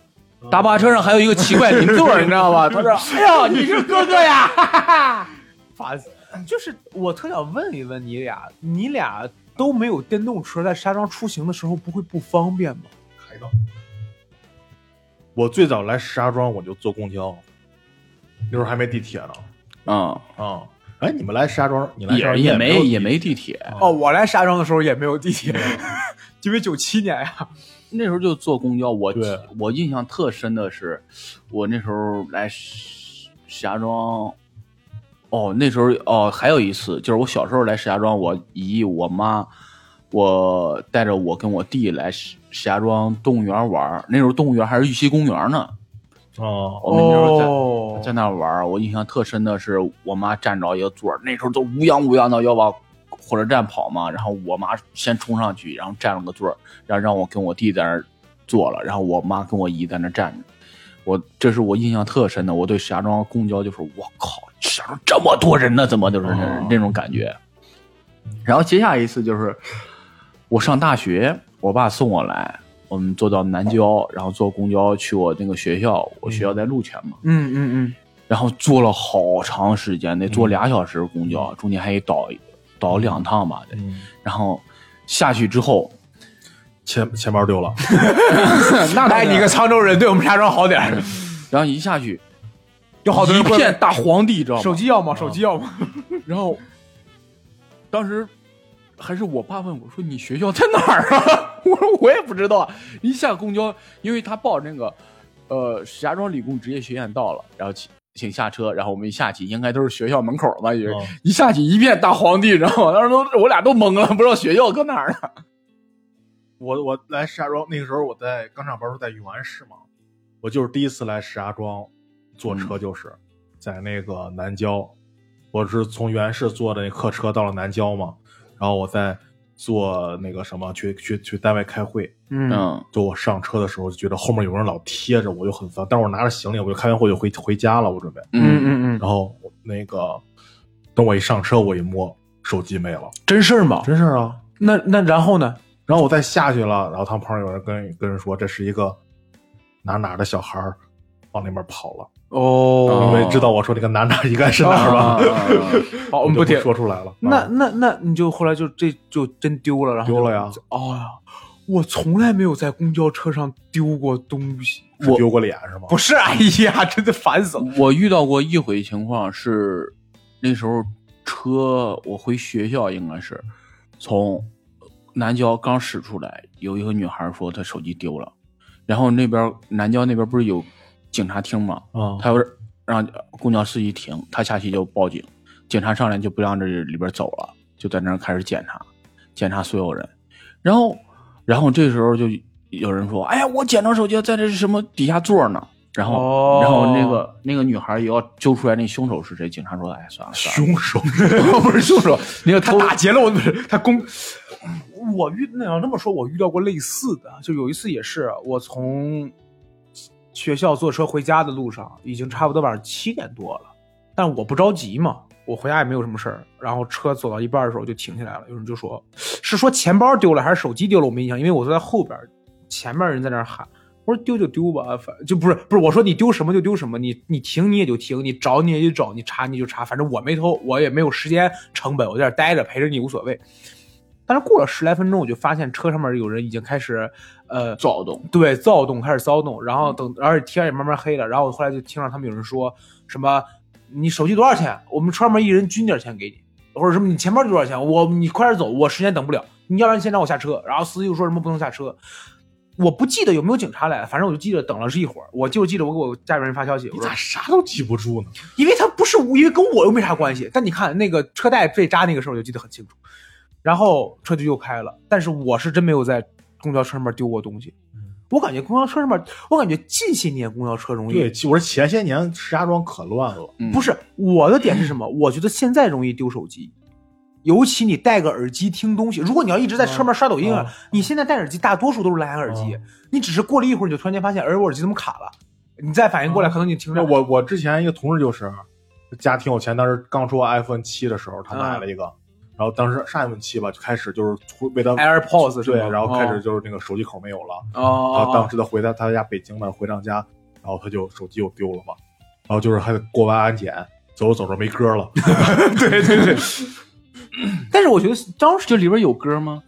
*laughs* 大巴车上还有一个奇怪邻座，你知道
*laughs*
吧？他说：“哎呀，你是哥哥呀！”哈哈哈。
法子，就是我特想问一问你俩，你俩都没有电动车，在石家庄出行的时候不会不方便吗？
嗯海盗。我最早来石家庄，我就坐公交，那时候还没地铁呢。
嗯，
啊、哎，你们来石家庄，你来石家庄
也也
没
没
有地
也没地铁，
哦，我来石家庄的时候也没有地铁， *laughs* 因为九七年呀、
那时候就坐公交。我
对
我印象特深的是，我那时候来石石家庄，哦，那时候哦，还有一次就是我小时候来石家庄，我姨、我妈，我带着我跟我弟来石石家庄动物园玩儿。那时候动物园还是玉溪公园呢，
哦，
我们那时候在、
哦
在那儿玩儿。我印象特深的是，我妈占着一个座儿，那时候都乌泱乌泱的要往火车站跑嘛，然后我妈先冲上去，然后占了个座儿，然后让我跟我弟在那儿坐了，然后我妈跟我姨在那儿站着。我这是我印象特深的，我对石家庄公交就是我靠，石家庄这么多人呢，怎么就是那、
哦
那种感觉。然后接下来一次就是我上大学，我爸送我来，我们坐到南郊，然后坐公交去我那个学校，我学校在鹿泉嘛，
嗯嗯
然后坐了好长时间，得坐俩小时公交，中间还得倒倒两趟吧，得
嗯，
然后下去之后，
钱钱包丢了，
那
嗯，哎，你个沧州人，对我们石家庄好点儿，
然后一下去
有好多
一
人
片大黄地，知道
手
吗？
机要吗？手机要吗？
然后当时还是我爸问我说：“你学校在哪儿啊？” *laughs* 我说：“我也不知道。”啊一下公交，因为他报那个呃石家庄理工职业学院到了，然后请请下车，然后我们一下去，应该都是学校门口了吧？也、
哦
一下去一片大荒地，然后当时都我俩都懵了，不知道学校搁哪儿呢。
我我来石家庄那个时候我在刚上班时候在永安市嘛，我就是第一次来石家庄，坐车就是、在那个南郊，我是从原市坐的那客车到了南郊嘛，然后我再坐那个什么去去去单位开会，
嗯，
就我上车的时候就觉得后面有人老贴着我，就很烦，但是我拿着行李，我就开完会就回回家了，我准备，
嗯
嗯，
嗯嗯，
然后我那个等我一上车，我一摸手机没了，
真事儿吗？
真事儿啊，
那那然后呢？
然后我再下去了，然后他们旁边有人跟跟人说，这是一个哪哪的小孩儿往那边跑了。
哦
因
哦
为知道我说那个哪哪应该是哪儿吧？
啊啊啊
哦
*laughs*
好，我
我
们
就
不提。
说出来了。
那
啊
那那你就后来就这就真丢了，然后就
丢了呀。
哦呀，我从来没有在公交车上丢过东西。
是丢过脸是吗？
不是，哎呀，真的烦死了。
*laughs* 我遇到过一回情况是，那时候车我回学校应该是从南郊刚驶出来，有一个女孩说她手机丢了，然后那边南郊那边不是有警察厅吗？
啊，
她要让公交司机停，她下去就报警，警察上来就不让这里边走了，就在那儿开始检查，检查所有人，然后然后这时候就有人说，哎呀，我捡着手机在这什么底下座呢。然后，
哦
然后那个那个女孩也要揪出来那凶手是谁。警察说：“哎，算了算了，
凶手
*laughs* 不是凶手，那个
他
偷
打劫了我，不是他公。我遇那要这么说，我遇到过类似的，啊就有一次也是我从学校坐车回家的路上，已经差不多晚上七点多了，但我不着急嘛，我回家也没有什么事儿。然后车走到一半的时候就停下来了，有人就说 *sniffs* 是说钱包丢了还是手机丢了，我没印象，因为我坐在后边，前面人在那儿喊。我说丢就丢吧，反就不是不是，我说你丢什么就丢什么，你你停你也就停，你找你也就找，你查你就查，反正我没偷，我也没有时间成本，我在这儿待着陪着你无所谓。但是过了十来分钟，我就发现车上面有人已经开始，呃，
躁动。
对，躁动开始骚动，然后等，而且天也慢慢黑了，然后我后来就听到他们有人说什么，你手机多少钱？我们车上面一人均点钱给你，或者什么你钱包多少钱？我你快点走，我时间等不了，你要不然先让我下车。然后司机又说什么不能下车，我不记得有没有警察来了，反正我就记得等了是一会儿，我就记得我给我家里人发消息，
你
我说
咋啥都记不住呢？
因为他不是无，因为跟我又没啥关系。但你看那个车带被扎那个事儿，我就记得很清楚。然后车就又开了，但是我是真没有在公交车上面丢过东西。
嗯
我感觉公交车上面，我感觉近些年公交车容易
对，我说前些年石家庄可乱了，
嗯
不是我的点是什么？我觉得现在容易丢手机，尤其你戴个耳机听东西。如果你要一直在车面刷抖音啊，
啊
你现在戴耳机，大多数都是蓝牙耳
哦
机。你只是过了一会儿，你就突然间发现，哎，我耳机怎么卡了？你再反应过来，
啊
可能你停着。
那我我之前一个同事就是家挺有钱，当时刚出 iPhone 七的时候，他
嗯
买了一个，然后当时上 iPhone 七吧，就开始就是为他
AirPods 是
对，啊
吧？
然后开始就是那个手机口没有了，
哦哦
啊
然
哦
后当时他回到他家北京呢，回趟家，然后他就手机又丢了嘛，然后就是还得过完安检，走着走着没歌了，
对对对。但是我觉得当时
这里边有歌吗？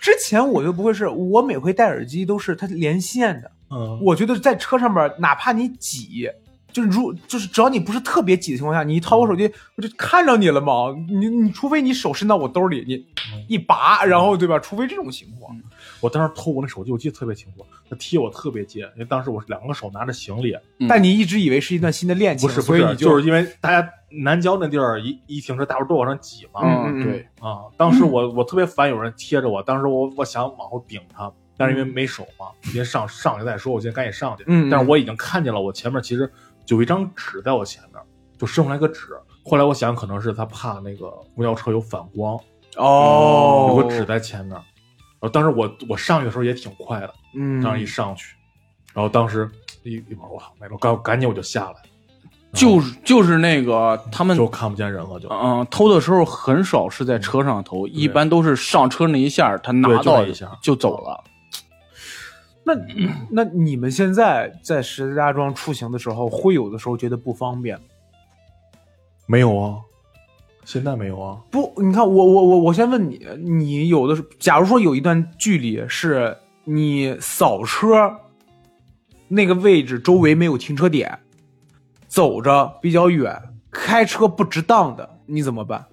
之前我就不会是，我每回戴耳机都是它连线的。
嗯，
我觉得在车上面，哪怕你挤，就是如就是只要你不是特别挤的情况下，你一掏我手机， *laughs* 我就看着你了嘛。你你除非你手伸到我兜里，你一拔，然后对吧？除非这种情况，
*laughs* 我当时偷我那手机，我记得特别清楚，他踢我特别接，因为当时我是两个手拿着行李，
嗯
但你一直以为是一段新的恋情，
不是不
所以
是，
你
就是因为大家南郊那地儿一一停车，大伙都往上挤嘛，
嗯嗯
对，
啊，当
嗯
时我我特别烦有人贴着我，当时我我想往后顶他，但是因为没手嘛，先上上去再说，我先赶紧上去。
嗯嗯嗯
但是我已经看见了，我前面其实有一张纸在我前面，就伸出来个纸。后来我想，可能是他怕那个公交车有反光，
哦，
有个纸在前面。然后当时我我上去的时候也挺快的，
嗯，
当时一上去，然后当时一一会儿我操，没了，我赶赶紧我就下来，
就是就是那个他们
就看不见人了，就
啊
嗯、偷的时候很少是在车上偷，一般都是上车那一下儿他拿
对就
到
那一下儿
就走了。
那那你们现在在石家庄出行的时候，会有的时候觉得不方便吗
没有啊，现在没有啊，
不？你看我我我我先问你，你有的时候，假如说有一段距离是你扫车那个位置周围没有停车点，走着比较远，开车不值当的，你怎么办？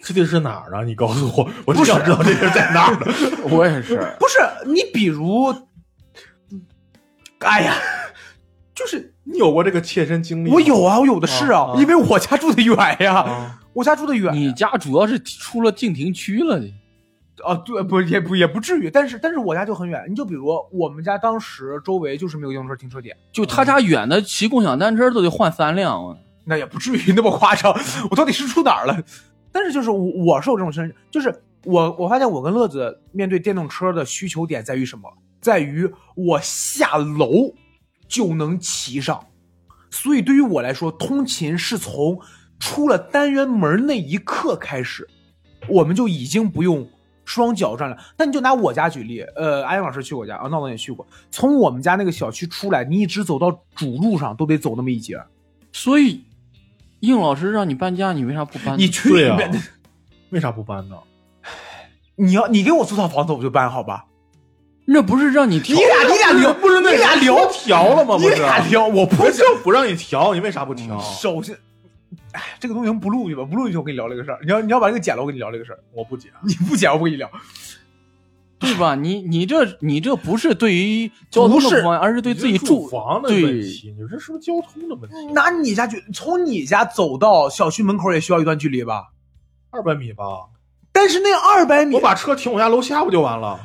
这地儿是哪儿啊？你告诉我，我
不
就是想知道这地儿在哪儿呢。
我也是，
不是你，比如，哎呀，就是
你有过这个切身经历吗？
我有啊，我有的是啊，
啊啊
因为我家住的远呀，
啊
我家住的远呀。
*laughs* 你家主要是出了禁停区了，
啊，对，不也不也不至于，但是但是我家就很远。你就比如我们家当时周围就是没有电动车停车点，
就他家远的骑共享单车都得换三辆啊。
那也不至于那么夸张。我到底是住哪儿了？但是就是我我是有这种身，就是我我发现我跟乐子面对电动车的需求点在于什么？在于我下楼就能骑上，所以对于我来说，通勤是从出了单元门那一刻开始，我们就已经不用双脚站了。那你就拿我家举例，呃，安阳老师去过我家，啊，闹闹也去过。从我们家那个小区出来，你一直走到主路上，都得走那么一截儿。
所以，应老师让你搬家，你为啥不搬呢？
你去
对
你
啊
别，
为啥不搬呢？
你要你给我租套房子，我就搬，好吧？
那不是让你
你
调
俩你俩聊，
不是那
你俩聊
调了吗？
你
不是，
俩聊，我不
人
是。嗯
就不让你调，你为啥不调？
首先，哎，这个东西不录去吧，不录进去我跟你聊这个事儿。你要你要把这个剪了，我跟你聊这个事儿。
我不解，
你不剪，我不跟你聊。
对吧？你你这你这不是对于交通
不
的
是嗯
不方便，而是对自己
你这住房的问
对
题，你这是不是交通的问题？
拿你家去，从你家走到小区门口也需要一段距离吧？
二百米吧，
但是那二百米
我，把车停我家楼下不就完了？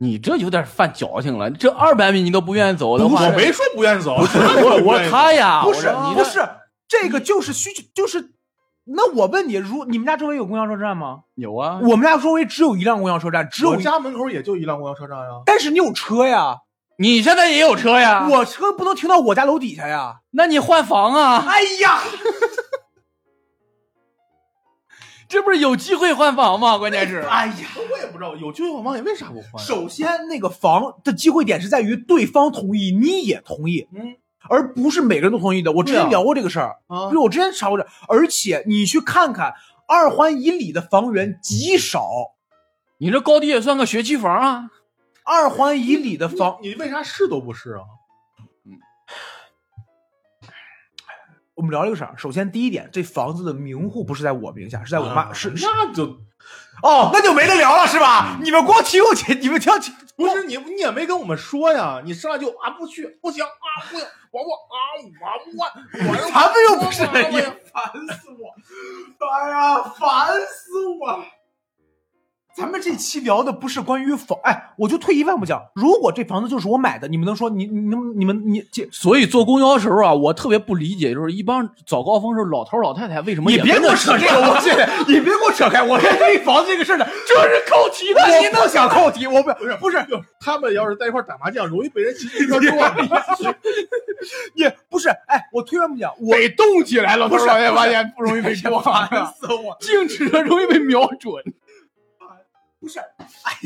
你这有点犯矫情了。这二百米你都不愿意走的
我
话，
没说不愿意走，我
我我他呀，
不是
我说你
不
这
是这个就是需求，就是。那我问你，如你们家周围有公交车站吗？
有啊，
我们家周围只有一辆公交车站，只
我
有一。
家门口也就一辆公交车站呀。
但是你有车呀，
你现在也有车呀，
我车不能停到我家楼底下呀。
那你换房啊， *laughs*
哎呀，
这不是有机会换房吗？关键是，
哎呀，
我也不知道有就有房也为啥不换呀？
首先那个房的机会点是在于对方同意，你也同意，
嗯
而不是每个人都同意的。我之
对
前
啊
聊过这个事儿，
啊
因为，我之前查过这，而且你去看看，二环以里的房源极少，
你这高低也算个学区房啊。
二环以里的房，
你为啥是都不是啊？
我们聊这个事儿。首先第一点，这房子的名户不是在我名下，是哎在我妈，
啊
是是
那就嗯
哦，那就没得聊了是吧？你们光提供钱，你们听提
不是你，你也没跟我们说呀，你上来就啊不去，不行啊，不行，我我啊我我我要
咱们又不是
我要
也烦死我！哎呀，烦死我！咱们这期聊的不是关于房，哎，我就退一万步讲，如果这房子就是我买的，你们能说你你能你们你这
所以坐公交的时候啊，我特别不理解，就是一帮早高峰时候老头老太太为什么
你
也
别
跟
给我
着
扯
骑
这个，我这你别给我扯开，我现在对房子这个事儿呢，就是扣题的，你都想扣题，我不
不是
不是
就他们要是在一块儿打麻将，容易被人骑自行车撞， *laughs*
也不是，哎，我退一万步讲，我
被动起来了，
不是
突然发现不容易被 *laughs*
*laughs*
撞。
烦死我，
静止的容易被瞄准。
不是，哎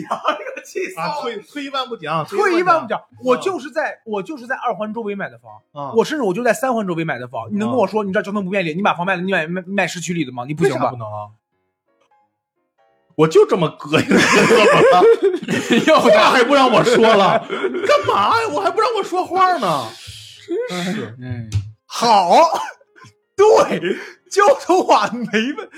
呀，气死
啊，
我！啊
退退一万步讲，
退一万步
讲
讲，我就是在我就是在二环周围买的房，
啊，
我甚至我就在三环周围买的房，你能
啊
跟我说你这儿交通不便利，你把房卖了，你买卖卖市区里的吗？你不
为
行
啥
吧
不？能啊？啊我就这么膈应你，怎么了？
要不
话还不让我说了，干嘛呀？我还不让我说话呢。真是
*laughs* 哎，
好，对，就是我没问，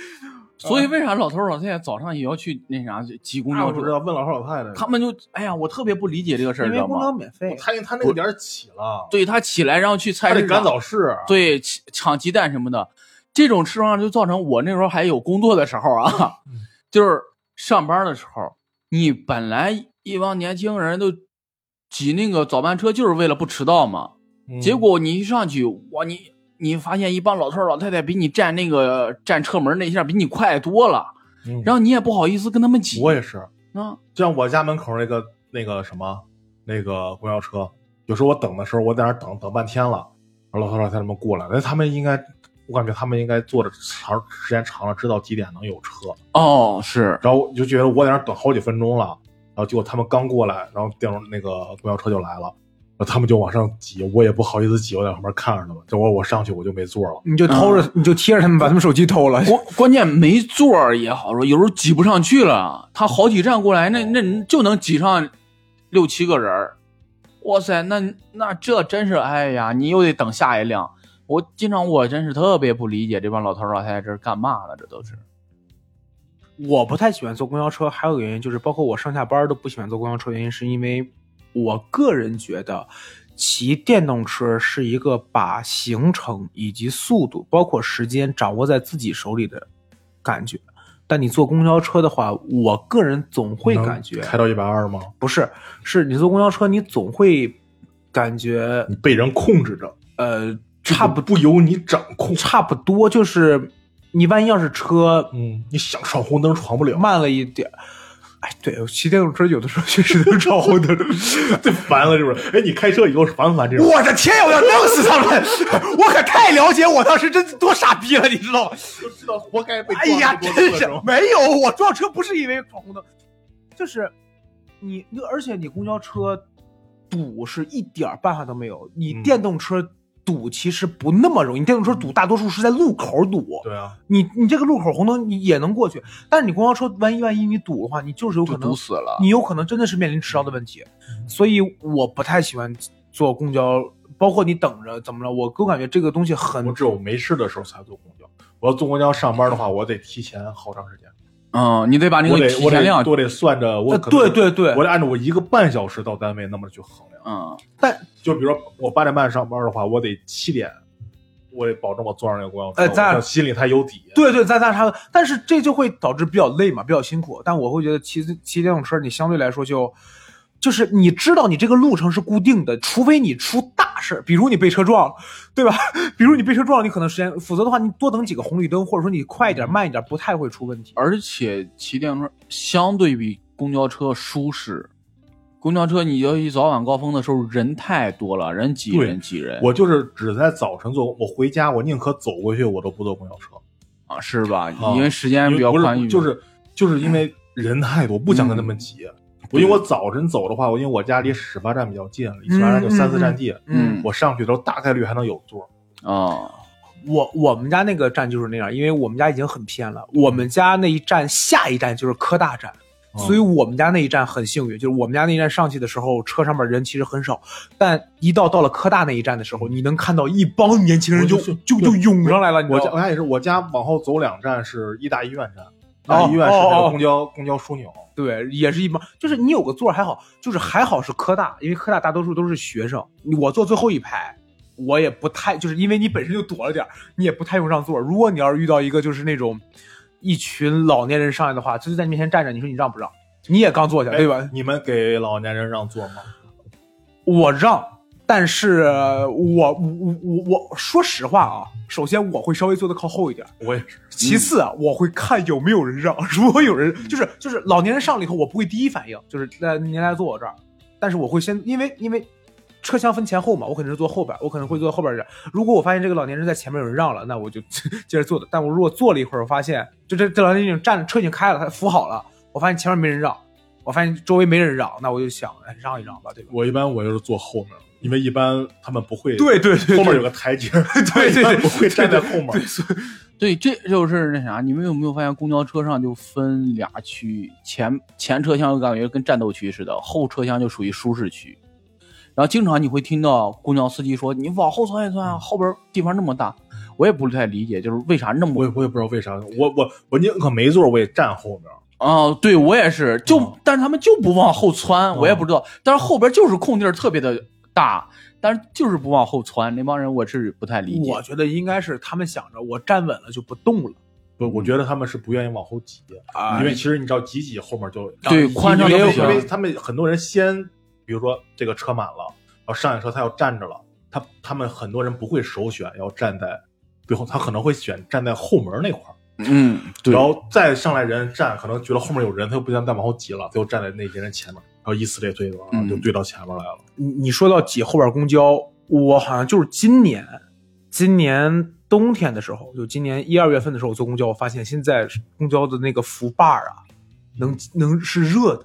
所以为啥老头儿老太太早上也要去那啥挤公
那
交
我知
车？
道问老头老太太，
他们就哎呀，我特别不理解这个事儿，
因
知
为
道
公
吗
交？免费，啊
他他那个点儿起了，
对他起来然后去
他
菜
得
市
赶
场，
早市，啊
对抢抢鸡蛋什么的，这种吃法就造成我那时候还有工作的时候啊，
嗯
*laughs* 就是上班的时候，你本来一帮年轻人都挤那个早班车就是为了不迟到嘛，
嗯
结果你一上去，哇，你你发现一帮老头儿老太太比你站那个站车门那一下比你快多了，
嗯
然后你也不好意思跟他们挤
我也是，
啊，
就像我家门口那个那个什么那个公交车，有时候我等的时候，我在那儿等等半天了，然后老头老太太他们过来，那他们应该，我感觉他们应该坐的长时间长了，知道几点能有车，
哦，是，
然后我就觉得我在那儿等好几分钟了，然后结果他们刚过来，然后电动那个公交车就来了，然后他们就往上挤，我也不好意思挤，我在旁边看着他们，结果我上去我就没座了。
你就偷着，你就贴着他们，把他们手机偷了。
*laughs* 关关键没座儿也好说，有时候挤不上去了，他好几站过来，
嗯
那那你就能挤上六七个人儿哇塞，那那这真是，哎呀，你又得等下一辆。我经常我真是特别不理解这帮老头儿老太太这是干嘛呢？这都是
我不太喜欢坐公交车，还有个原因就是，包括我上下班都不喜欢坐公交车，原因是因为我个人觉得骑电动车是一个把行程以及速度，包括时间掌握在自己手里的感觉。但你坐公交车的话，我个人总会
能
感觉
开到一百二吗？
不是，是你坐公交车，你总会感觉
你被人控制着，
呃差不
不由你掌控。
差不多，就是你万一要是车
嗯，你想闯红灯闯不了，
慢了一点儿。哎，对，我骑电动车有的时候确实能闯红灯。
最烦了是不是？哎，你开车以后烦不烦这种？
我的天呀！我要弄死他们！我可太了解我当时真多傻逼了，你知道吗？
就知道活该被
哎呀，真是没有，我撞车不是因为闯红灯，就是你，你而且你公交车堵是一点儿办法都没有，你
嗯
电动车堵其实不那么容易，你电动车堵大多数是在路口堵，
对啊，
你你这个路口红灯你也能过去，但是你公交车万一万一你堵的话，你就是有可
就
能
堵死了。
你有可能真的是面临迟到的问题，
嗯
所以我不太喜欢坐公交，包括你等着怎么了，我我感觉这个东西很
我只有没事的时候才坐公交。我要坐公交上班的话，我得提前好长时间，
嗯，你得把那
我得
个提
我
前量
得，我得算着我
呃
可能
对对对
我得按照我一个半小时到单位那么去衡量。
嗯，
但
就比如说我八点半上班的话，我得七点，我得保证我坐上那个公交车，
哎咱俩
我心里才有底。
对对，咱咱差不多，但是这就会导致比较累嘛，比较辛苦。但我会觉得骑骑电动车，你相对来说就就是你知道你这个路程是固定的，除非你出大事儿，比如你被车撞了，对吧？ *laughs* 比如你被车撞了，你可能时间，否则的话你多等几个红绿灯，或者说你快一点、慢一点，不太会出问题。
而且骑电动车相对比公交车舒适。公交车，你尤其早晚高峰的时候，人太多了，人挤
对
人挤人，
我就是只在早晨坐，我回家我宁可走过去，我都不坐公交车。
啊，是吧？
啊
因为时间比较
因为
宽
不
裕，
是就是就是因为人太多，不想跟他
嗯
们挤。我因为我早晨走的话，我因为我家离始发站比较近，
嗯
离始发站就三四站地，
嗯
我上去的时候大概率还能有座。
啊，
我我们家那个站就是那样，因为我们家已经很偏了。我们家那一站下一站就是科大站，
嗯
所以我们家那一站很幸运，就是我们家那一站上去的时候，车上面人其实很少，但一到到了科大那一站的时候，你能看到一帮年轻人就
我就
就就涌上来了，你
我
知
家
道
我
吗？
家也是，我家往后走两站是医大医院站，大医院
哦
是那
哦哦
个
哦
公交公交枢纽。
对，也是一帮，就是你有个座儿还好，就是还好是科大，因为科大大多数都是学生，我坐最后一排。我也不太，就是因为你本身就躲了点儿你也不太用上座儿。如果你要是遇到一个就是那种一群老年人上来的话，就是在你面前站着，你说你让不让？你也刚坐下，对吧？
哎你们给老年人让座吗？
我让，但是我我我我说实话啊，首先我会稍微坐的靠后一点，
我也是，
其次啊，我会看有没有人让。 *laughs* 如果有人，就是就是老年人上了以后，我不会第一反应就是呃您来坐我这儿，但是我会先因为因为车厢分前后嘛，我肯定是坐后边，我可能会坐后边人。如果我发现这个老年人在前面有人让了，那我就 *laughs* 接着坐的。但我如果坐了一会儿，我发现就这这老年人已经站着，车已经开了，他扶好了，我发现前面没人让，我发现周围没人让，那我就想，哎，让一让吧，对吧？
我一般我就是坐后面，因为一般他们不会
对对对
后面有个台阶， *laughs* 对
对对
不会站在后面。
对，这就是那啥，你们有没有发现公交车上就分俩区，前前车厢我感觉跟战斗区似的，后车厢就属于舒适区。然后经常你会听到公交司机说：“你往后窜一窜啊，后边地方那么大。”我也不太理解，就是为啥那
我
么
也我也不知道为啥，我我我宁可没座，我也站后面。
啊、对我也是，就、
嗯
但是他们就不往后窜，我也不知道。但是后边就是空地儿特别的大，但是就是不往后窜，那帮人我是不太理解。
我觉得应该是他们想着我站稳了就不动了
不，
嗯
我觉得他们是不愿意往后挤，
啊
因为其实你知道挤挤后面就
哎对宽敞
因
的
为
不
因为
行，
他们很多人先，比如说这个车满了，然后上一车他要站着了，他他们很多人不会首选要站在最后，他可能会选站在后门那块儿，
嗯，对
然，后再上来人站，可能觉得后面有人，他又不想再往后挤了，他又站在那些人前面，然后以此类推的，然后就
嗯
堆到前面来了。
你你说到挤后边公交，我好像就是今年，今年冬天的时候，就今年一二月份的时候，我坐公交，我发现现在公交的那个扶把儿啊，能能是热的，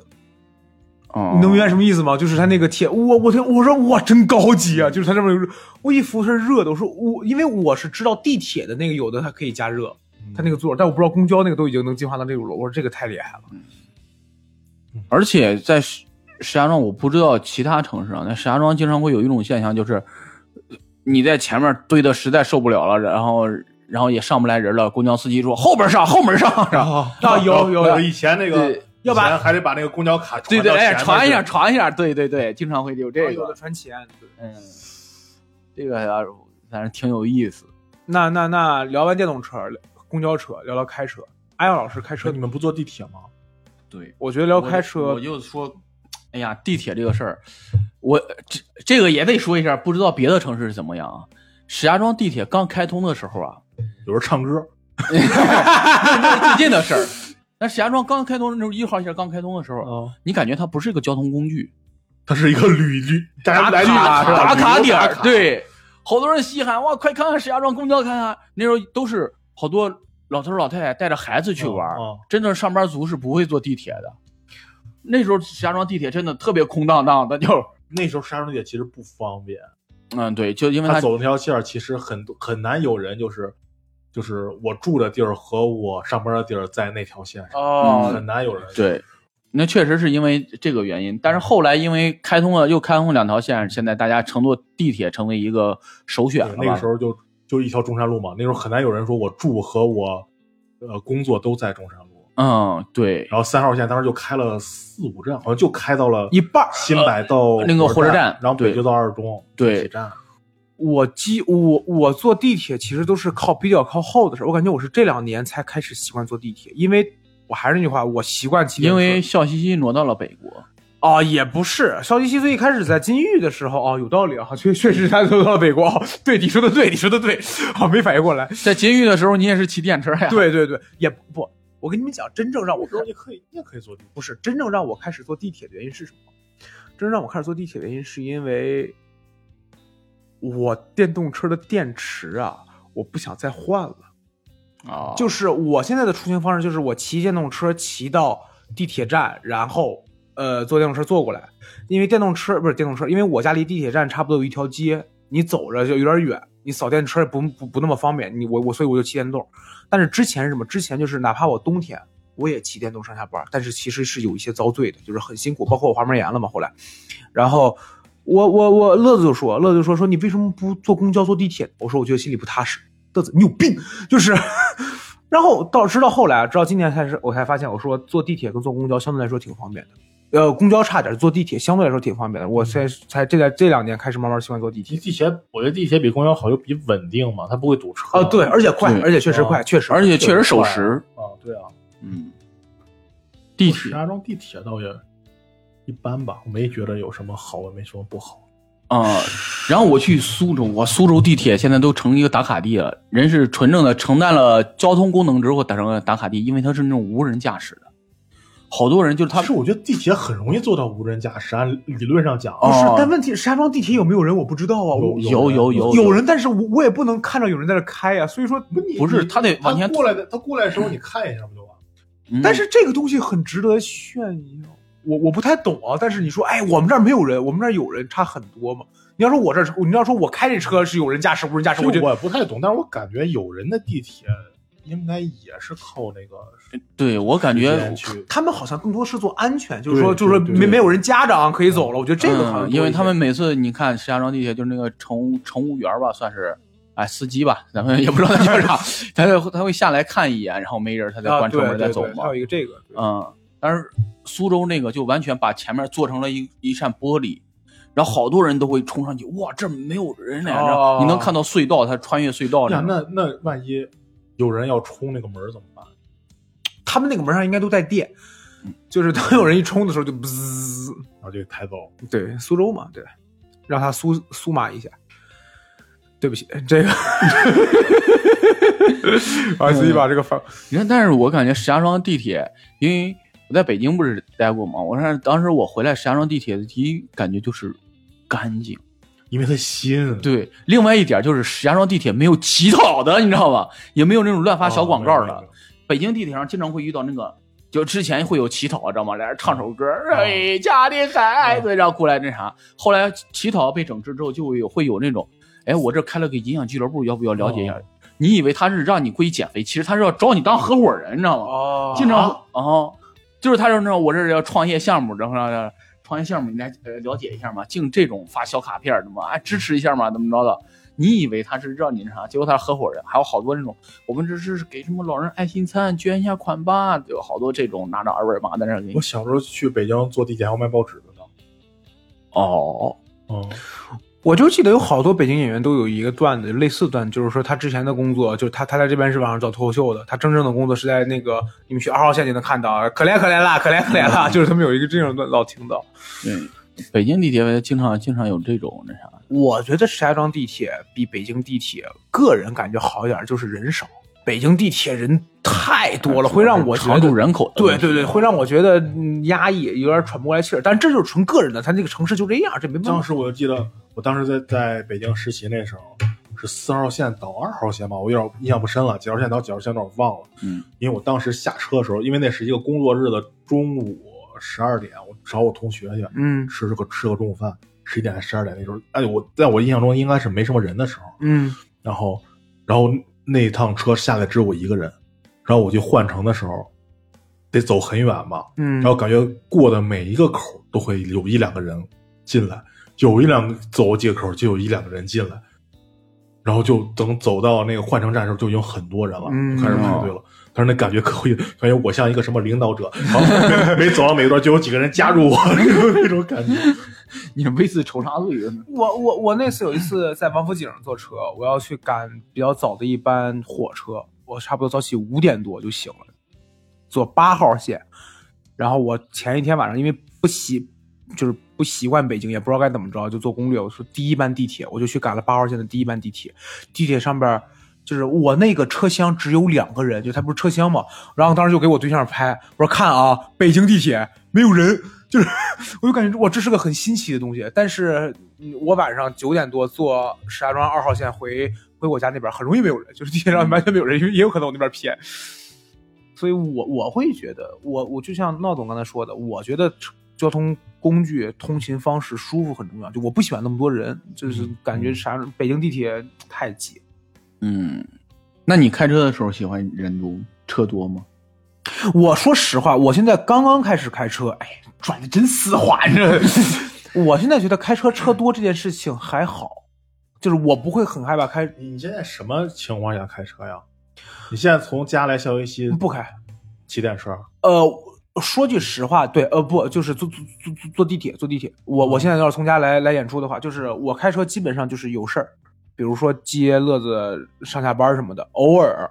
哦
你能明白什么意思吗？就是它那个铁，我我天，我说哇，真高级啊！就是它上面有热，我一扶它是热的，我说我因为我是知道地铁的那个有的它可以加热，它
嗯
那个座儿，但我不知道公交那个都已经能进化到这种了，我说这个太厉害了。
而且在石石家庄，我不知道其他城市啊，在石家庄经常会有一种现象，就是呃你在前面堆的实在受不了了，然后然后也上不来人了，公交司机说后边上，后门上， *laughs* 是
然
吧？
后
啊有有有
以前那个
对，
要把
以前还得把那个公交卡
对
传到
对，
前
哎，
面
传一下，
去，
传一下，对对对，经常会有这
哦有的
个，
传钱，对
嗯，这个啊反正挺有意思。
那那那聊完电动车、公交车，聊聊开车。艾阳老师开车
说你，们不坐地铁吗？
对，
我觉得聊
我
开
就
车
我，就说，哎呀，地铁这个事儿，我这这个也得说一下，不知道别的城市是怎么样啊？石家庄地铁刚开通的时候啊， *laughs*
有人唱歌，
最近的事儿。那石家庄刚开通，那时候一号线刚开通的时候，
啊，
你感觉它不是一个交通工具，
它是一个旅旅大家来旅游
卡
是吧
打卡
旅游
点
打
儿，对，好多人稀罕哇，快看看石家庄公交，看看那时候都是好多老头老太太带着孩子去玩儿，
嗯嗯
真正上班族是不会坐地铁的。那时候石家庄地铁真的特别空荡荡的，就
那时候沙庄地铁其实不方便，
嗯对，就因为
他
它
走那条线儿其实很多很难有人就是就是我住的地儿和我上班的地儿在那条线上，
哦
很难有人。
嗯对，那确实是因为这个原因。但是后来因为开通了，又开通两条线，现在大家乘坐地铁成为一个首选
对
了吧。
那个时候就就一条中山路嘛，那时候很难有人说我住和我呃工作都在中山路。
嗯，对，
然后三号线当时就开了四五站，好像就开到了
一半儿
新百到
那个火车站
然后北
对
就到二中
对
几站，
我基我我坐地铁其实都是靠比较靠后的事儿。我感觉我是这两年才开始习惯坐地铁，因为我还是那句话，我习惯骑电车。
因为笑嘻嘻挪到了北国。
啊、也不是，肖西西最一开始在金域的时候啊、哦有道理啊，确 *laughs* 确实他走到了北国。哦，对，你说的对，你说的对，啊、没反应过来。
在监狱的时候，你也是骑电车呀？，
对对对，也不不，我跟你们讲，真正让我
那时候你可以你也可以坐地铁。
不是真正让我开始坐地铁的原因是什么？真正让我开始坐地铁的原因是因为我电动车的电池啊，我不想再换了。
啊、
就是我现在的出行方式就是我骑电动车骑到地铁站，然后呃坐电动车坐过来，因为电动车不是电动车，因为我家离地铁站差不多有一条街，你走着就有点远，你扫电车也不不不那么方便，你我我所以我就骑电动。但是之前是什么？之前就是哪怕我冬天我也骑电动上下班，但是其实是有一些遭罪的，就是很辛苦，包括我滑膜炎了嘛后来，然后。我我我乐子就说，乐子就说说你为什么不坐公交坐地铁？我说我觉得心里不踏实。乐子你有病，就是， *laughs* 然后到直到后来，啊直到今年才是我才发现，我说坐地铁跟坐公交相对来说挺方便的，呃，公交差点，坐地铁相对来说挺方便的。我才才这在这两年开始慢慢习惯坐地
地
铁。
地铁，我觉得地铁比公交好，就比稳定嘛，它不会堵车。
啊，对，而且快
对，
而且确实快，确实，
而且确实守
对
时。
啊，对啊，
嗯，地
石
铁
家庄地铁倒也一般吧，我没觉得有什么好，也没什么不好。
啊、然后我去苏州，哇，苏州地铁现在都成一个打卡地了，人是纯正的承担了交通功能之后打成了打卡地，因为它是那种无人驾驶的，好多人就是他
其实我觉得地铁很容易做到无人驾驶，按理论上讲，
不
哦
是，但问题是石家庄地铁有没有人我不知道啊，我
有有有
有人，但是我我也不能看着有人在那开啊，所以说，
不你
不是
你
他得往前
过来的，他过来的时候你看一下不就完了？
嗯
但是这个东西很值得炫耀。我我不太懂啊，但是你说，哎，我们这儿没有人，我们这儿有人，差很多嘛。你要说我这儿，你要说我开这车是有人驾驶，无人驾驶，我觉
就
得
我不太懂，但是我感觉有人的地铁应该也是靠那个
对我感
时
觉
间，去，
他们好像更多是做安全，就是
对
说，就是说
对对
没
对
没有人家长可以走了。我觉得这个好像多一
嗯
些、
因为他们每次你看石家庄地铁就是那个乘务乘务员吧，算是哎司机吧，咱们也不知道他叫啥， *laughs* 他会他会下来看一眼，然后没人他再
啊
关车
对
门再
对
走
对
嘛
还有。一个这个，对
嗯，但是苏州那个就完全把前面做成了一一扇玻璃，然后好多人都会冲上去，哇，这儿没有人来着，
哦
你能看到隧道，他穿越隧道
呀，
种
那那万一有人要冲那个门儿怎么办？
他们那个门上应该都带电，就是当有人一冲的时候就滋。
嗯
然后就给抬走。
对，苏州嘛，对，让他苏苏麻一下。对不起，这
*laughs*
个， *laughs* 啊，
嗯
自己把这个放，
你看，但是我感觉石家庄地铁，因为我在北京不是待过嘛，我看当时我回来石家庄地铁的第一感觉就是干净。
因为它新，，
对，另外一点就是石家庄地铁没有乞讨的，你知道吧？也没有那种乱发小广告的。
哦
北京地铁上经常会遇到那个，就之前会有乞讨，知道吗？来唱首歌，哎，家的孩子，然后过来那啥。后来乞讨被整治之后，就会有会有那种，哎，我这开了个营养俱乐部，要不要了解一下？
哦
你以为他是让你过去减肥，其实他是要招你当合伙人，你知道吗？
哦
经常啊、哦，就是他就是那种我这儿要创业项目，然后呢创业项目你来呃了解一下嘛，净这种发小卡片儿，那么哎支持一下嘛，怎么着的？你以为他是让你那啥，结果他是合伙人，还有好多那种我们这是给什么老人爱心餐捐一下款吧，有好多这种拿着二维码在那儿给你
我小时候去北京坐地铁还要卖报纸的呢。
哦，
哦，
我就记得有好多北京演员都有一个段子，类似段子，就是说他之前的工作，就是他他在这边是晚上找脱口秀的，他真正的工作是在那个你们去二号线就能看到，可怜可怜啦，可怜可怜啦， *laughs* 就是他们有一个这种段老听到。
对，北京地铁经常经常有这种那啥，
我觉得石家庄地铁比北京地铁个人感觉好一点，就是人少。北京地铁人太多了，会让我觉
嗯常住
得。
人嗯口的
对
问题
对对，会让我觉得嗯压抑，有点喘不过来气儿。但这就是纯个人的，他那个城市就这样，这没办
当
法。
时我就记得，我当时在在北京实习那时候，是四号线到二号线吧，我有点印象不深了，几号线到几号线那我忘了。
嗯，
因为我当时下车的时候，因为那是一个工作日的中午十二点，我找我同学去
嗯
吃个吃个中午饭，十一点还是十二点那时候，哎，我在我印象中应该是没什么人的时候。
嗯，
然后，然后那趟车下来只有我一个人，然后我去换乘的时候，得走很远嘛，
嗯
然后感觉过的每一个口都会有一两个人进来，有一两个走几个口就有一两个人进来，然后就等走到那个换乘站的时候就已经很多人了，
嗯
就开始排队了。但是那感觉可以，感觉我像一个什么领导者，然后每每走到每一段就有几个人加入我，那种那种感觉。
你是为此愁啥罪呢？
我我我那次有一次在王府井坐车，我要去赶比较早的一班火车，我差不多早起五点多就醒了，坐八号线。然后我前一天晚上因为不习，就是不习惯北京，也不知道该怎么着，就做攻略。我说第一班地铁，我就去赶了八号线的第一班地铁。地铁上边儿就是我那个车厢只有两个人，就他不是车厢嘛。然后当时就给我对象拍，我说看啊，北京地铁没有人， *laughs* 就是我就感觉哇，这是个很新奇的东西。但是嗯我晚上九点多坐石家庄二号线回回我家那边，很容易没有人，就是地铁上完全没有人，因为也有可能我那边偏。所以我我会觉得，我我就像闹总刚才说的，我觉得交通工具、通勤方式舒服很重要。就我不喜欢那么多人，就是感觉啥、北京地铁太挤。
嗯，那你开车的时候喜欢人多车多吗？
我说实话，我现在刚刚开始开车，哎，转的真丝滑，你知道吗 *laughs* 我现在觉得开车车多这件事情还好，就是我不会很害怕开，
你现在什么情况下开车呀？你现在从家来孝义西
不开。
几点车？
呃，说句实话，对，呃，不，就是坐坐坐坐坐地铁，坐地铁。我我现在要是从家来来演出的话，就是我开车基本上就是有事儿，比如说接乐子上下班什么的，偶尔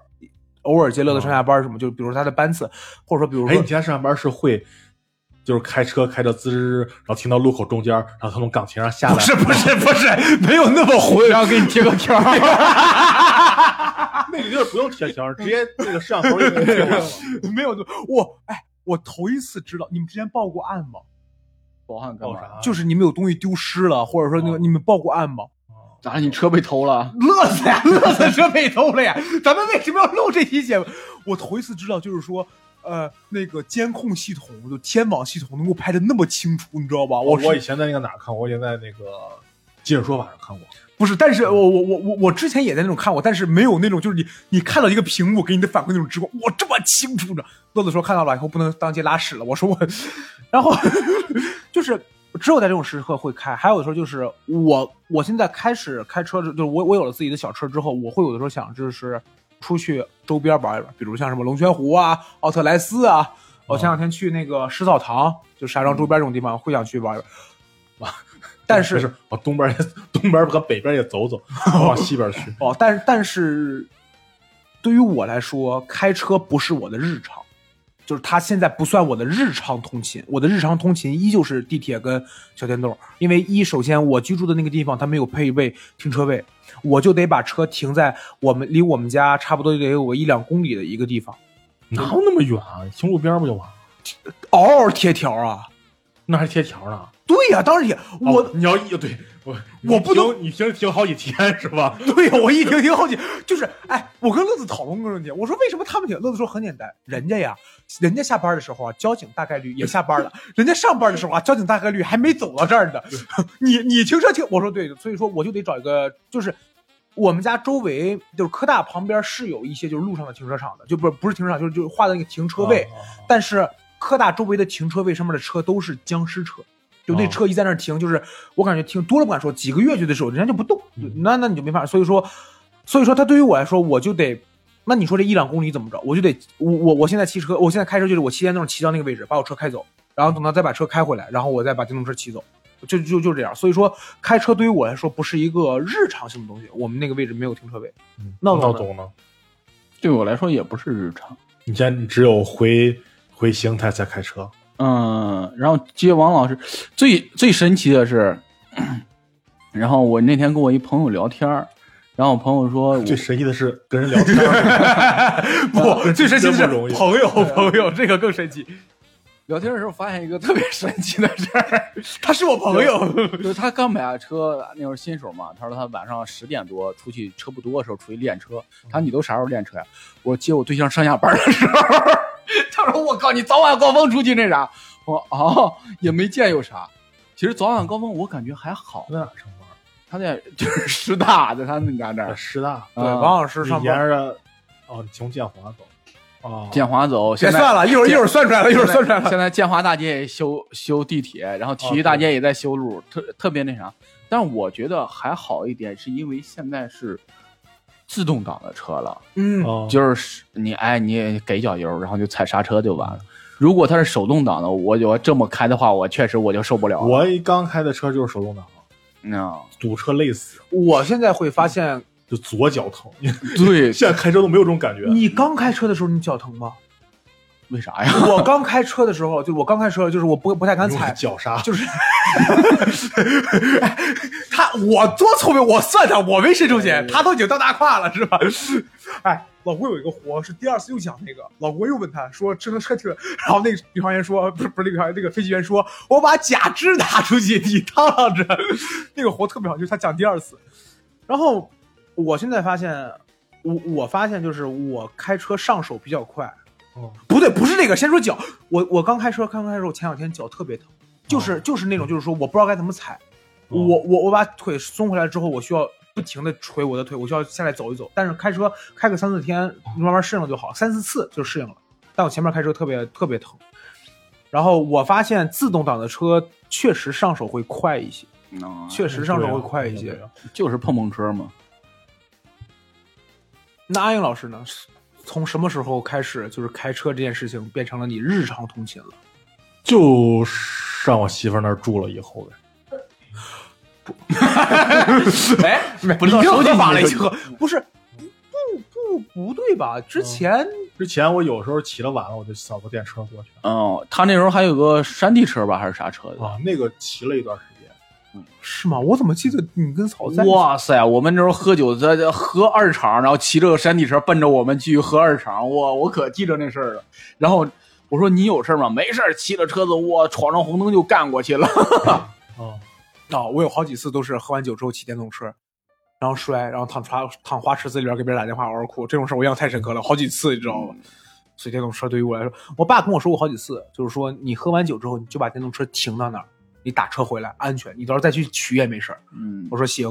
偶尔接乐子上下班什么，就比如说他的班次，或者说比如
哎，
说
你今天上班是会，就是开车开着滋滋，然后听到路口中间，然后从岗亭上下来，
不是不是，没有那么混，然后给你贴个条 *laughs* 儿。
那个就是不用贴条，直接那个摄像头就给贴上了。
*laughs* 没有，我哎，我头一次知道你们之前报过案吗？
保安干
报哦
嘛？
啥？
就是你们有东西丢失了，或者说那个、
哦
你们报过案吗？
咋啊了？你车被偷了？
乐死呀，乐死车被偷了呀！咱们为什么要录这期节目？我头一次知道，就是说呃那个监控系统，就天网系统能够拍的那么清楚，你知道吧？
我
我是
我以前在那个哪儿看过，我以前在那个《今日说法》上看过。
不是，但是呃我我我我我之前也在那种看过，但是没有那种就是你你看到一个屏幕给你的反馈那种直观，我这么清楚呢。乐子说看到了以后不能当街拉屎了，我说我，然后就是只有在这种时刻会开，还有的时候就是我我现在开始开车之，就是我我有了自己的小车之后，我会有的时候想就是出去周边玩一玩，比如像什么龙泉湖啊、奥特莱斯啊，我前两天去那个石澡堂，就石家庄周边这种地方会想去玩一玩， *laughs* 但是
是往东边也东边和北边也走走，往西边去。
哦，但是但是，对于我来说，开车不是我的日常，就是它现在不算我的日常通勤。我的日常通勤依旧是地铁跟小电动，因为一首先我居住的那个地方它没有配备停车位，我就得把车停在我们离我们家差不多得有一两公里的一个地方，
哪有那么远啊？停路边不就完了？
嗷嗷贴条啊！
那还贴条呢。
对呀、当然也我、
哦你要一对我
我不能
能，你停停好几天是吧？
对呀，我一听挺好奇，就是哎，我跟乐子讨论过这个问题，我说为什么他们挺？乐子说很简单，人家呀，人家下班的时候啊，交警大概率也下班了，人家上班的时候啊，交警大概率还没走到这儿呢。你你停车停，我说对，所以说我就得找一个，就是我们家周围就是科大旁边是有一些就是路上的停车场的，就不是不是停车场，就是就是画的那个停车位，但是科大周围的停车位上面的车都是僵尸车，就那
哦
车一在那儿停，就是我感觉停多了不敢说，几个月就得候人家就不动，
嗯
那那你就没法。所以说，所以说他对于我来说，我就得，那你说这一两公里怎么着？我就得，我我我现在骑车，我现在开车就是我骑电动骑到那个位置，把我车开走，然后等到再把车开回来，然后我再把电动车骑走。就就就这样，所以说开车对于我来说不是一个日常性的东西。我们那个位置没有停 *laughs* 车位，
嗯
闹总
闹
呢
总呢？
对我来说也不是日常。
你现在只有回回邢台才开车，
嗯，然后接王老师，最最神奇的是，然后我那天跟我一朋友聊天儿然后我朋友说我，
最神奇的是跟人聊天儿，
不，最神奇的是
真不容易
朋友朋友，这个更神奇。
聊天的时候发现一个特别神奇的事儿， *laughs*
他是我朋 *laughs* 友，
就是他刚买了车，那会儿新手嘛，他说他晚上十点多出去，车不多的时候出去练车。他说你都啥时候练车呀、我说接我对象上下班的时候。 *laughs* 他说我靠，你早晚高峰出去那啥？我说哦，也没见有啥。其实早晚高峰我感觉还好，
在哪儿上班？
他在就是 *laughs* 师大，在他们家
在
那儿。
师大。
对，
啊
王老师上
你
班。
沿着哦，你从建华走。哦，
建华走，
别
现在
算了，一会儿一会儿算出来了，一会儿算出来了。哦
现在建华大街也修修地铁，然后体育大街也在修路，特特别那啥。但我觉得还好一点，是因为现在是自动挡的车了，
嗯
哦，
就是你哎你也给脚油，然后就踩刹车就完了。如果它是手动挡的，我我这么开的话，我确实我就受不了了。
我一刚开的车就是手动挡，
嗯，
*laughs*
堵车累死，
我现在会发现，
就左脚疼。
对，
现在开车都没有这种感觉。
你刚开车的时候你脚疼吗？
为啥
*laughs*
呀？
我刚开车的时候，就我刚开车，就是我不不太敢
用
踩，
脚刹，
就是 *laughs* 哎他我多聪明，我算他，我没伸出钱，他都已经到大胯了，是吧？ *laughs* 哎，老郭有一个活是第二次又讲那个，老郭又问他说这个车停，然后那个宇航员说不是不是那个宇航员那个飞行员说我把假肢拿出去，你趟趟着， *laughs* 那个活特别好，就是他讲第二次。然后我现在发现，我我发现就是我开车上手比较快，
哦
不对，不是这个，先说脚。我我刚开车，刚开车，我前两天脚特别疼，就是、就是那种，就是说我不知道该怎么踩，
哦
我我我把腿松回来之后，我需要不停的捶我的腿，我需要下来走一走。但是开车开个三四天，慢慢适应了就好，三四次就适应了。但我前面开车特别特别疼，然后我发现自动挡的车确实上手会快一些，
嗯，
确实上手会快一
啊对
些。
啊
就是碰碰车嘛。
那阿英老师呢？从什么时候开始，就是开车这件事情变成了你日常通勤了？
啊就上我媳妇儿那儿住了以后呗。
哎，不
你
知道
任
手机
何法类
你
结合，不是不不不不对吧？之前
之前我有时候起得晚了，我就扫个电车过去
嗯，他那时候还有个山地车吧，还是啥车的？
啊，那个骑了一段时间。
是吗？我怎么记得你跟曹在？
哇塞！我们那时候喝酒，在这喝二厂，然后骑着个山地车奔着我们去喝二厂。我我可记着那事儿了。然后我说你有事儿吗？没事儿，骑着车子我闯上红灯就干过去了。
啊，
啊！我有好几次都是喝完酒之后骑电动车，然后嗯摔，然后躺花躺花池子里边给别人打电话嗷嗷哭，这种事儿我印象太深刻了，好几次你知道吗？所以电动车对于我来说，我爸跟我说过好几次，就是说你喝完酒之后，你就把电动车停到那儿，你打车回来安全，你到时候再去取也没事儿。
嗯
我，说行，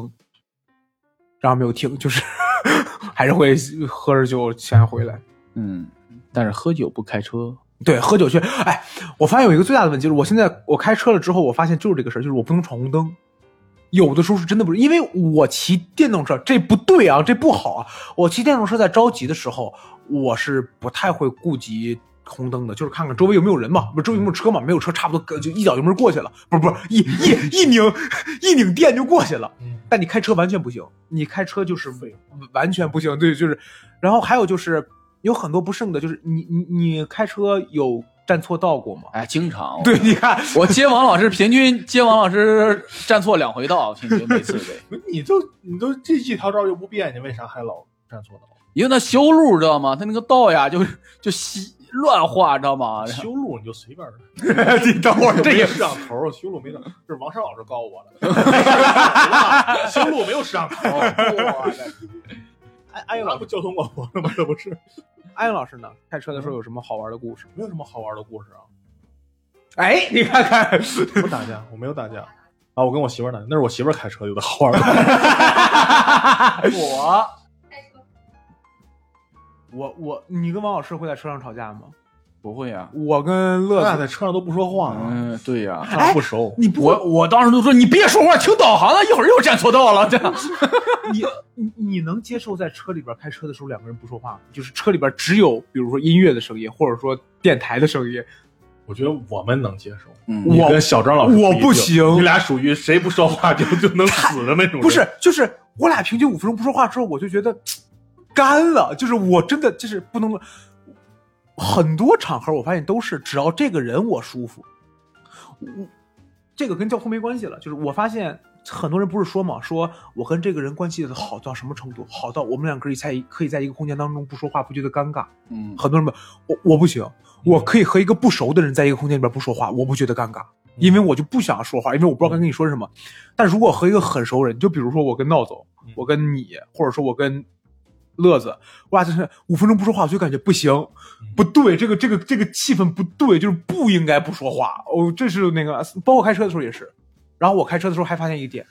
然后没有听，就是 *laughs* 还是会喝着酒先回来。
嗯，但是喝酒不开车，
对，喝酒去。哎，我发现有一个最大的问题，就是我现在我开车了之后，我发现就是这个事儿，就是我不能闯红灯。有的时候是真的不是，因为我骑电动车，这不对啊，这不好啊。我骑电动车在着急的时候，我是不太会顾及红灯的，就是看看周围有没有人嘛，不是周围有没有车嘛，没有车差不多跟就一脚油门过去了，不是不是一一一拧一拧电就过去了。但你开车完全不行，你开车就是完全不行。对，就是，然后还有就是有很多不慎的，就是你你你开车有站错道过吗？ *laughs*
哎，经常。
对，你看， *laughs*
我接王老师平均接王老师站错两回道，平均每次对，
你都你都这一条道又不变，你为啥还老站错道？
因为那修路知道吗？他那个道呀，就就稀乱画，知道 *laughs* 吗？
修路你就随便儿，
你等会儿这
没
也
有摄像头儿，修路没有，这是王山老师告我的。 *laughs* 修路没有摄像头儿，
哦
我的
安安
那不交通广播了吗？这不是
安老师呢？开车的时候有嗯什么好玩的故事？
没有什么好玩的故事啊。
哎， *laughs* 你看看，
不打架，我没有打架啊，我跟我媳妇儿打架，那是我媳妇儿开车有的好玩的。
我
我我你跟王老师会在车上吵架吗？
不会啊呀、
我跟
咱
乐
俩 *laughs*
子，
在车上都不说话啊，
嗯，对呀、
车
哎
上不熟。
你不
我我当时都说你别说话，听导航啊的，一会儿又站错道了。这样
*laughs* *laughs* 你你你能接受在车里边开车的时候两个人不说话吗？就是车里边只有比如说音乐的声音，或者说电台的声音。
我觉得我们能接受，
嗯
你跟小张老师
我
一
不
定
行
你俩属于谁不说话就就能死的那种人。
不是，就是我俩平均五分钟不说话之后，我就觉得嘖干了，就是我真的就是不能。很多场合我发现都是，只要这个人我舒服，我这个跟交通没关系了。就是我发现很多人不是说嘛，说我跟这个人关系好到什么程度，好到我们两个人在一可以在一个空间当中不说话不觉得尴尬。
嗯，
很多人不，我我不行，我可以和一个不熟的人在一个空间里边不说话，我不觉得尴尬，因为我就不想说话，因为我不知道该跟你说什么。但如果和一个很熟人，就比如说我跟闹总
嗯，
我跟你，或者说我跟乐子，哇，就是五分钟不说话，我就感觉不行，不对，这个这个这个气氛不对，就是不应该不说话。哦，这是那个，包括开车的时候也是。然后我开车的时候还发现一个点，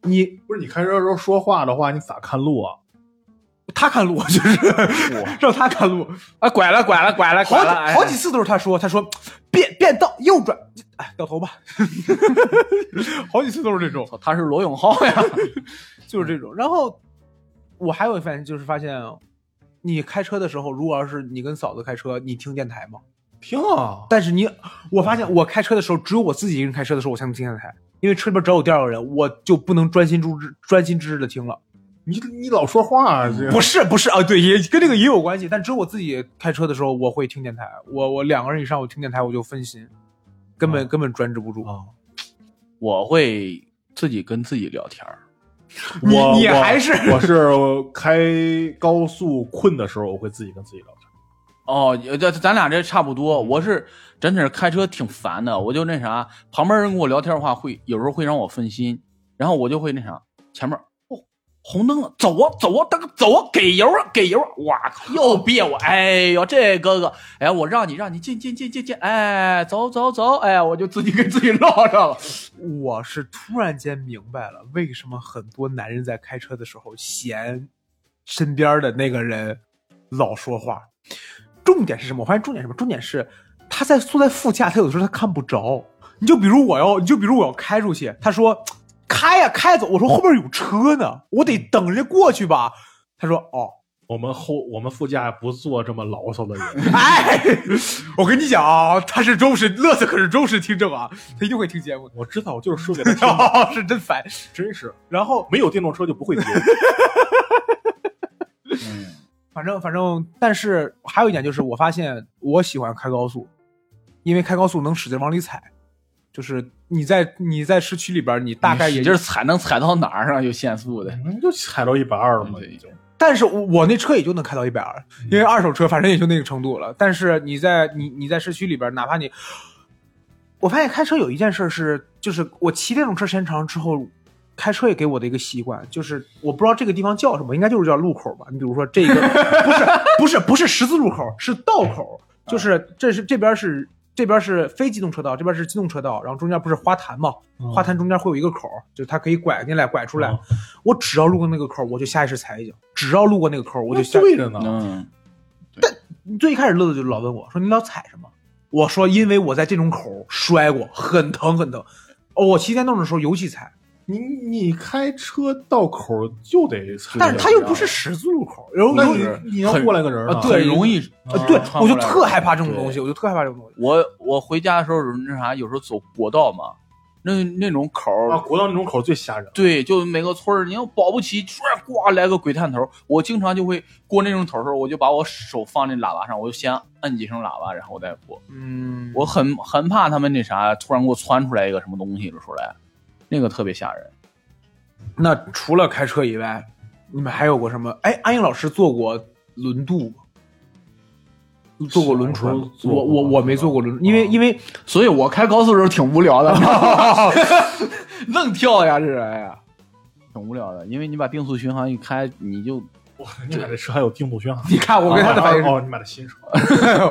你
不是你开车的时候说话的话，你咋看路啊？
他看路，就是 *laughs* 让他看路，
哎，拐了，拐了，拐了，拐
好
了，
几
哎
好几次都是他说，他说变变道右转，哎，掉头吧， *laughs* 好几次都是这种，
操他是罗永浩呀，
就是这种。然后我还有一发现，就是发现你开车的时候，如果要是你跟嫂子开车，你听电台吗？
听啊，
但是你，我发现我开车的时候，只有我自己一个人开车的时候，我才能听电台，因为车里边只要有第二个人，我就不能专心致志、专心致志的听了。
你你老说话、啊，这
不是不是啊，对，也跟这个也有关系。但只有我自己开车的时候，我会听电台。我我两个人以上，我听电台我就分心，根本、
哦
根本专注不住。
啊，
*laughs* 我会自己跟自己聊天儿
你
我
你
我
还是
我是开高速困的时候，我会自己跟自己聊天。
哦，这咱俩这差不多。我是真的是开车挺烦的，我就那啥，旁边人跟我聊天的话会有时候会让我分心，然后我就会那啥，前面哦红灯了，走啊走啊，大哥走啊，给油啊给油啊，哇靠，又别我，哎呦这哥哥，哎我让你让你进进进进进，哎走走走，哎我就自己跟自己唠上了，
我是突然间明白了，为什么很多男人在开车的时候嫌身边的那个人老说话。重点是什么？我发现重点是什么？重点是他在坐在副驾，他有的时候他看不着。你就比如我要，你就比如我要开出去，他说开呀、开走，我说后边有车呢，我得等人家过去吧。他说哦，
我们后我们副驾不坐这么牢骚的人，
哎，我跟你讲啊，他是忠实，乐子可是忠实听众啊，他一定会听节目的。
我知道，我就是说给他听的，
哦，是真烦。
真是
然后
没有电动车就不会接。 *laughs*
嗯
反正反正，但是还有一点就是，我发现我喜欢开高速，因为开高速能使劲往里踩。就是你在你在市区里边，你大概也
就
就是是，
踩能踩到哪儿啊？有限速的，
你就踩到一百二了嘛，
对
已经。
但是我我那车也就能开到一百二，因为二手车反正也就那个程度了。但是你在你你在市区里边，哪怕你，我发现开车有一件事是，就是我骑电动车时间长了之后，开车也给我的一个习惯，就是我不知道这个地方叫什么，应该就是叫路口吧。你比如说这个不是不是不是十字路口，是道口，就是这是这边是这边是非机动车道，这边是机动车道，然后中间不是花坛嘛，
嗯
花坛中间会有一个口，就是它可以拐进来拐出来
嗯。
我只要路过那个口，我就下意识踩一脚；只要路过那个口，我就
那
下。
对着呢，
嗯，
最一开始乐乐就老问我说：“你老踩什么？”我说：“因为我在这种口摔过，很疼很疼。”哦，我骑电动的时候尤其踩。
你你开车到口就得踩，
但是它又不是十字路口，然后
那嗯
又
你你要过来个人呢
啊，对，容易啊
呃对，
穿
我就
过来
特
了
害怕这种
对
东西，我就特害怕这种东西。
我我回家的时候那啥，有时候走国道嘛，那那种口儿
啊，国道那种口最吓人。
对，就每个村儿，你要保不齐唰呱来个鬼探头，我经常就会过那种头儿的时候，我就把我手放在喇叭上，我就先摁几声喇叭，然后我再过。
嗯，
我很很怕他们那啥，突然给我窜出来一个什么东西出来，那个特别吓人。
那除了开车以外，你们还有过什么？哎，安英老师坐过轮渡吗？坐过轮船
小时
吗
候？坐
我
过
我我没坐过轮，因为因为
所以我开高速的时候挺无聊的，愣跳呀，这是
*laughs*
哎呀， *laughs* 挺无聊的，因为你把定速巡航一开，你就
哇，你买这车还有定速巡航？
你看 *laughs* 我跟他的反应是，
哦，你哦买的新车，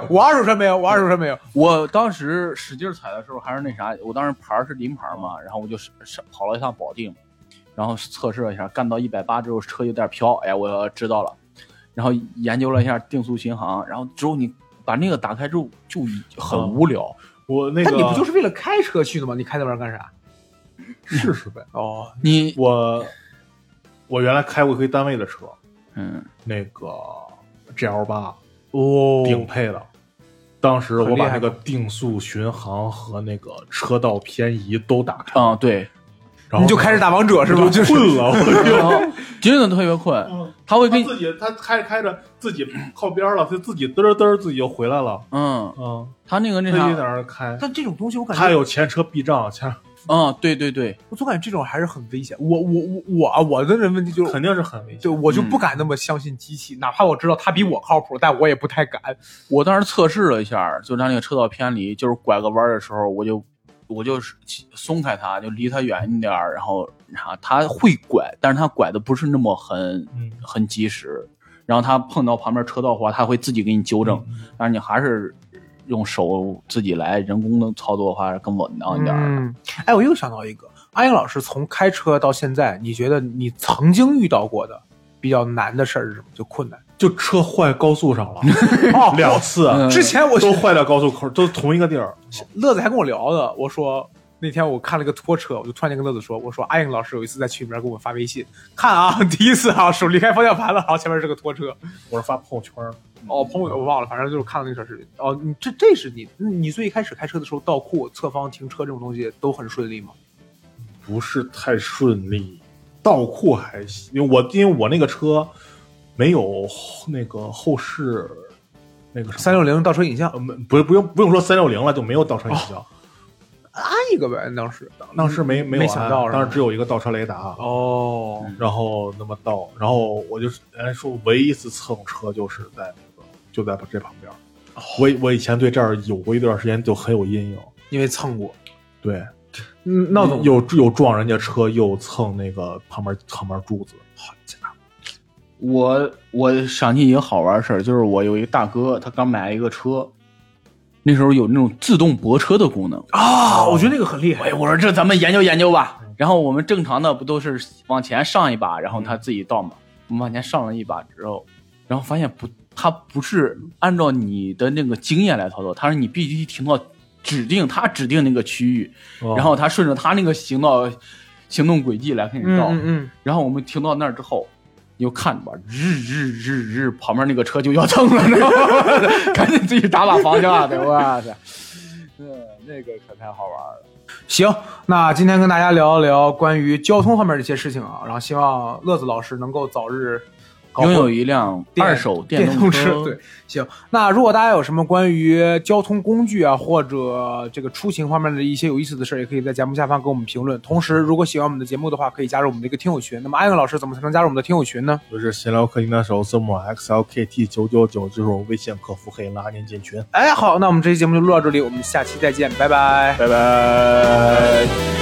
我二手车没有，我二手车没有。
我当时使劲踩的时候还是那啥，我当时牌儿是临牌儿嘛，然后我就是是跑了一趟保定，然后测试了一下，干到一百八之后车有点飘，哎，我知道了，然后研究了一下定速巡航，然后之后你把那个打开之后就已很
嗯
无聊，
我那
那哦
个
你不就是为了开车去的吗？你开那玩意儿干啥？
试试呗？
哦，
你
我我原来开过一回单位的车，
嗯，
那个 GL 八
哦
顶配的。当时我
很厉
把
害
那个定速巡航和那个车道偏移都打开，
啊、对，
然后
你就开始打王者是吧？
我
就
就
是
困了， *laughs* 我
然后真的特别困，
就
他会
他
给你
自己他开着开着自己靠边了，他自己嘚儿嘚儿自己就回来了，
嗯，
嗯，
他那个
自
那
己在那
啥，
儿开，
但这种东西我感觉
他有前车避障，前
嗯，对对对，
我总感觉这种还是很危险。我我我我啊我的人问题就是，
肯定是很嗯危险。
就我就不敢那么相信机器，哪怕我知道它比我靠谱，但我也不太敢。
我当时测试了一下，就他那个车道偏离，就是拐个弯儿的时候，我就我就是松开它，就离它远一点儿，然后啥，它会拐，但是它拐的不是那么很
嗯
很及时，然后它碰到旁边车道的话，它会自己给你纠正，但是你还是用手自己来人工的操作的话更稳当一点儿。
嗯，哎，我又想到一个，阿英老师从开车到现在，你觉得你曾经遇到过的比较难的事儿是什么？就困难。
就车坏高速上 *laughs* 了两次，啊
嗯
之前我
都坏在高速口，都同一个地儿。
乐子还跟我聊呢，我说那天我看了个拖车，我就突然间跟乐子说，我说阿英老师有一次在群里面给我们发微信，看啊， *laughs* 第一次啊，手离开方向盘了，然后前面是个拖车。
我是发朋友圈儿，
哦，朋友我忘了，反正就是看了那个小视频。哦，你这这是你你最一开始开车的时候，倒库、侧方停车这种东西都很顺利吗？
不是太顺利，倒库还行。因为我因为我那个车没有后那个后视那个什么
三六零倒车影像
呃，没不不用不用说三六零了，就没有倒车影
哦
像。
安一个呗，当时。
当时没没有
没
安，
想到是吧
当时只有一个倒车雷达。啊
哦，
然后那么倒，然后我就是哎说，唯一一次蹭车就是在那个就在这旁边儿。
哦
我我以前对这儿有过一段时间就很有阴影，
因为蹭过。
对，
嗯，闹总
又又撞人家车，又蹭那个旁边旁边柱子，好家伙！
我我想起一个好玩的事儿，就是我有一个大哥，他刚买了一个车，那时候有那种自动泊车的功能。
啊，我觉得那个很厉害
哎，。我说这咱们研究研究吧。
嗯
然后我们正常的不都是往前上一把，然后
嗯
他自己倒嘛？我们往前上了一把之后，然后发现不，他不是按照你的那个经验来操作，他是你必须停到指定他指定那个区域，
哦
然后他顺着他那个行道行动轨迹来给你
嗯
倒。
嗯嗯，
然后我们停到那儿之后，你就看吧，日日日日，旁边那个车就要蹭了，知道吗 *laughs* 赶紧自己打把方向啊！对，哇塞，嗯，那个可太好玩了。
行，那今天跟大家聊一聊关于交通方面的一些事情啊，然后希望乐子老师能够早日搞
拥
好
有一辆
电
二手
电
动
车。对，行。那如果大家有什么关于交通工具啊，或者这个出行方面的一些有意思的事儿，也可以在节目下方给我们评论。同时，如果喜欢我们的节目的话，可以加入我们的一个听友群。那么，艾文老师怎么才能加入我们的听友群呢？
就是闲聊客厅的手字母 XLKT 九九九，就是我们微信客服可以拉您进群。
哎，好，那我们这期节目就录到这里，我们下期再见，拜拜。
拜拜。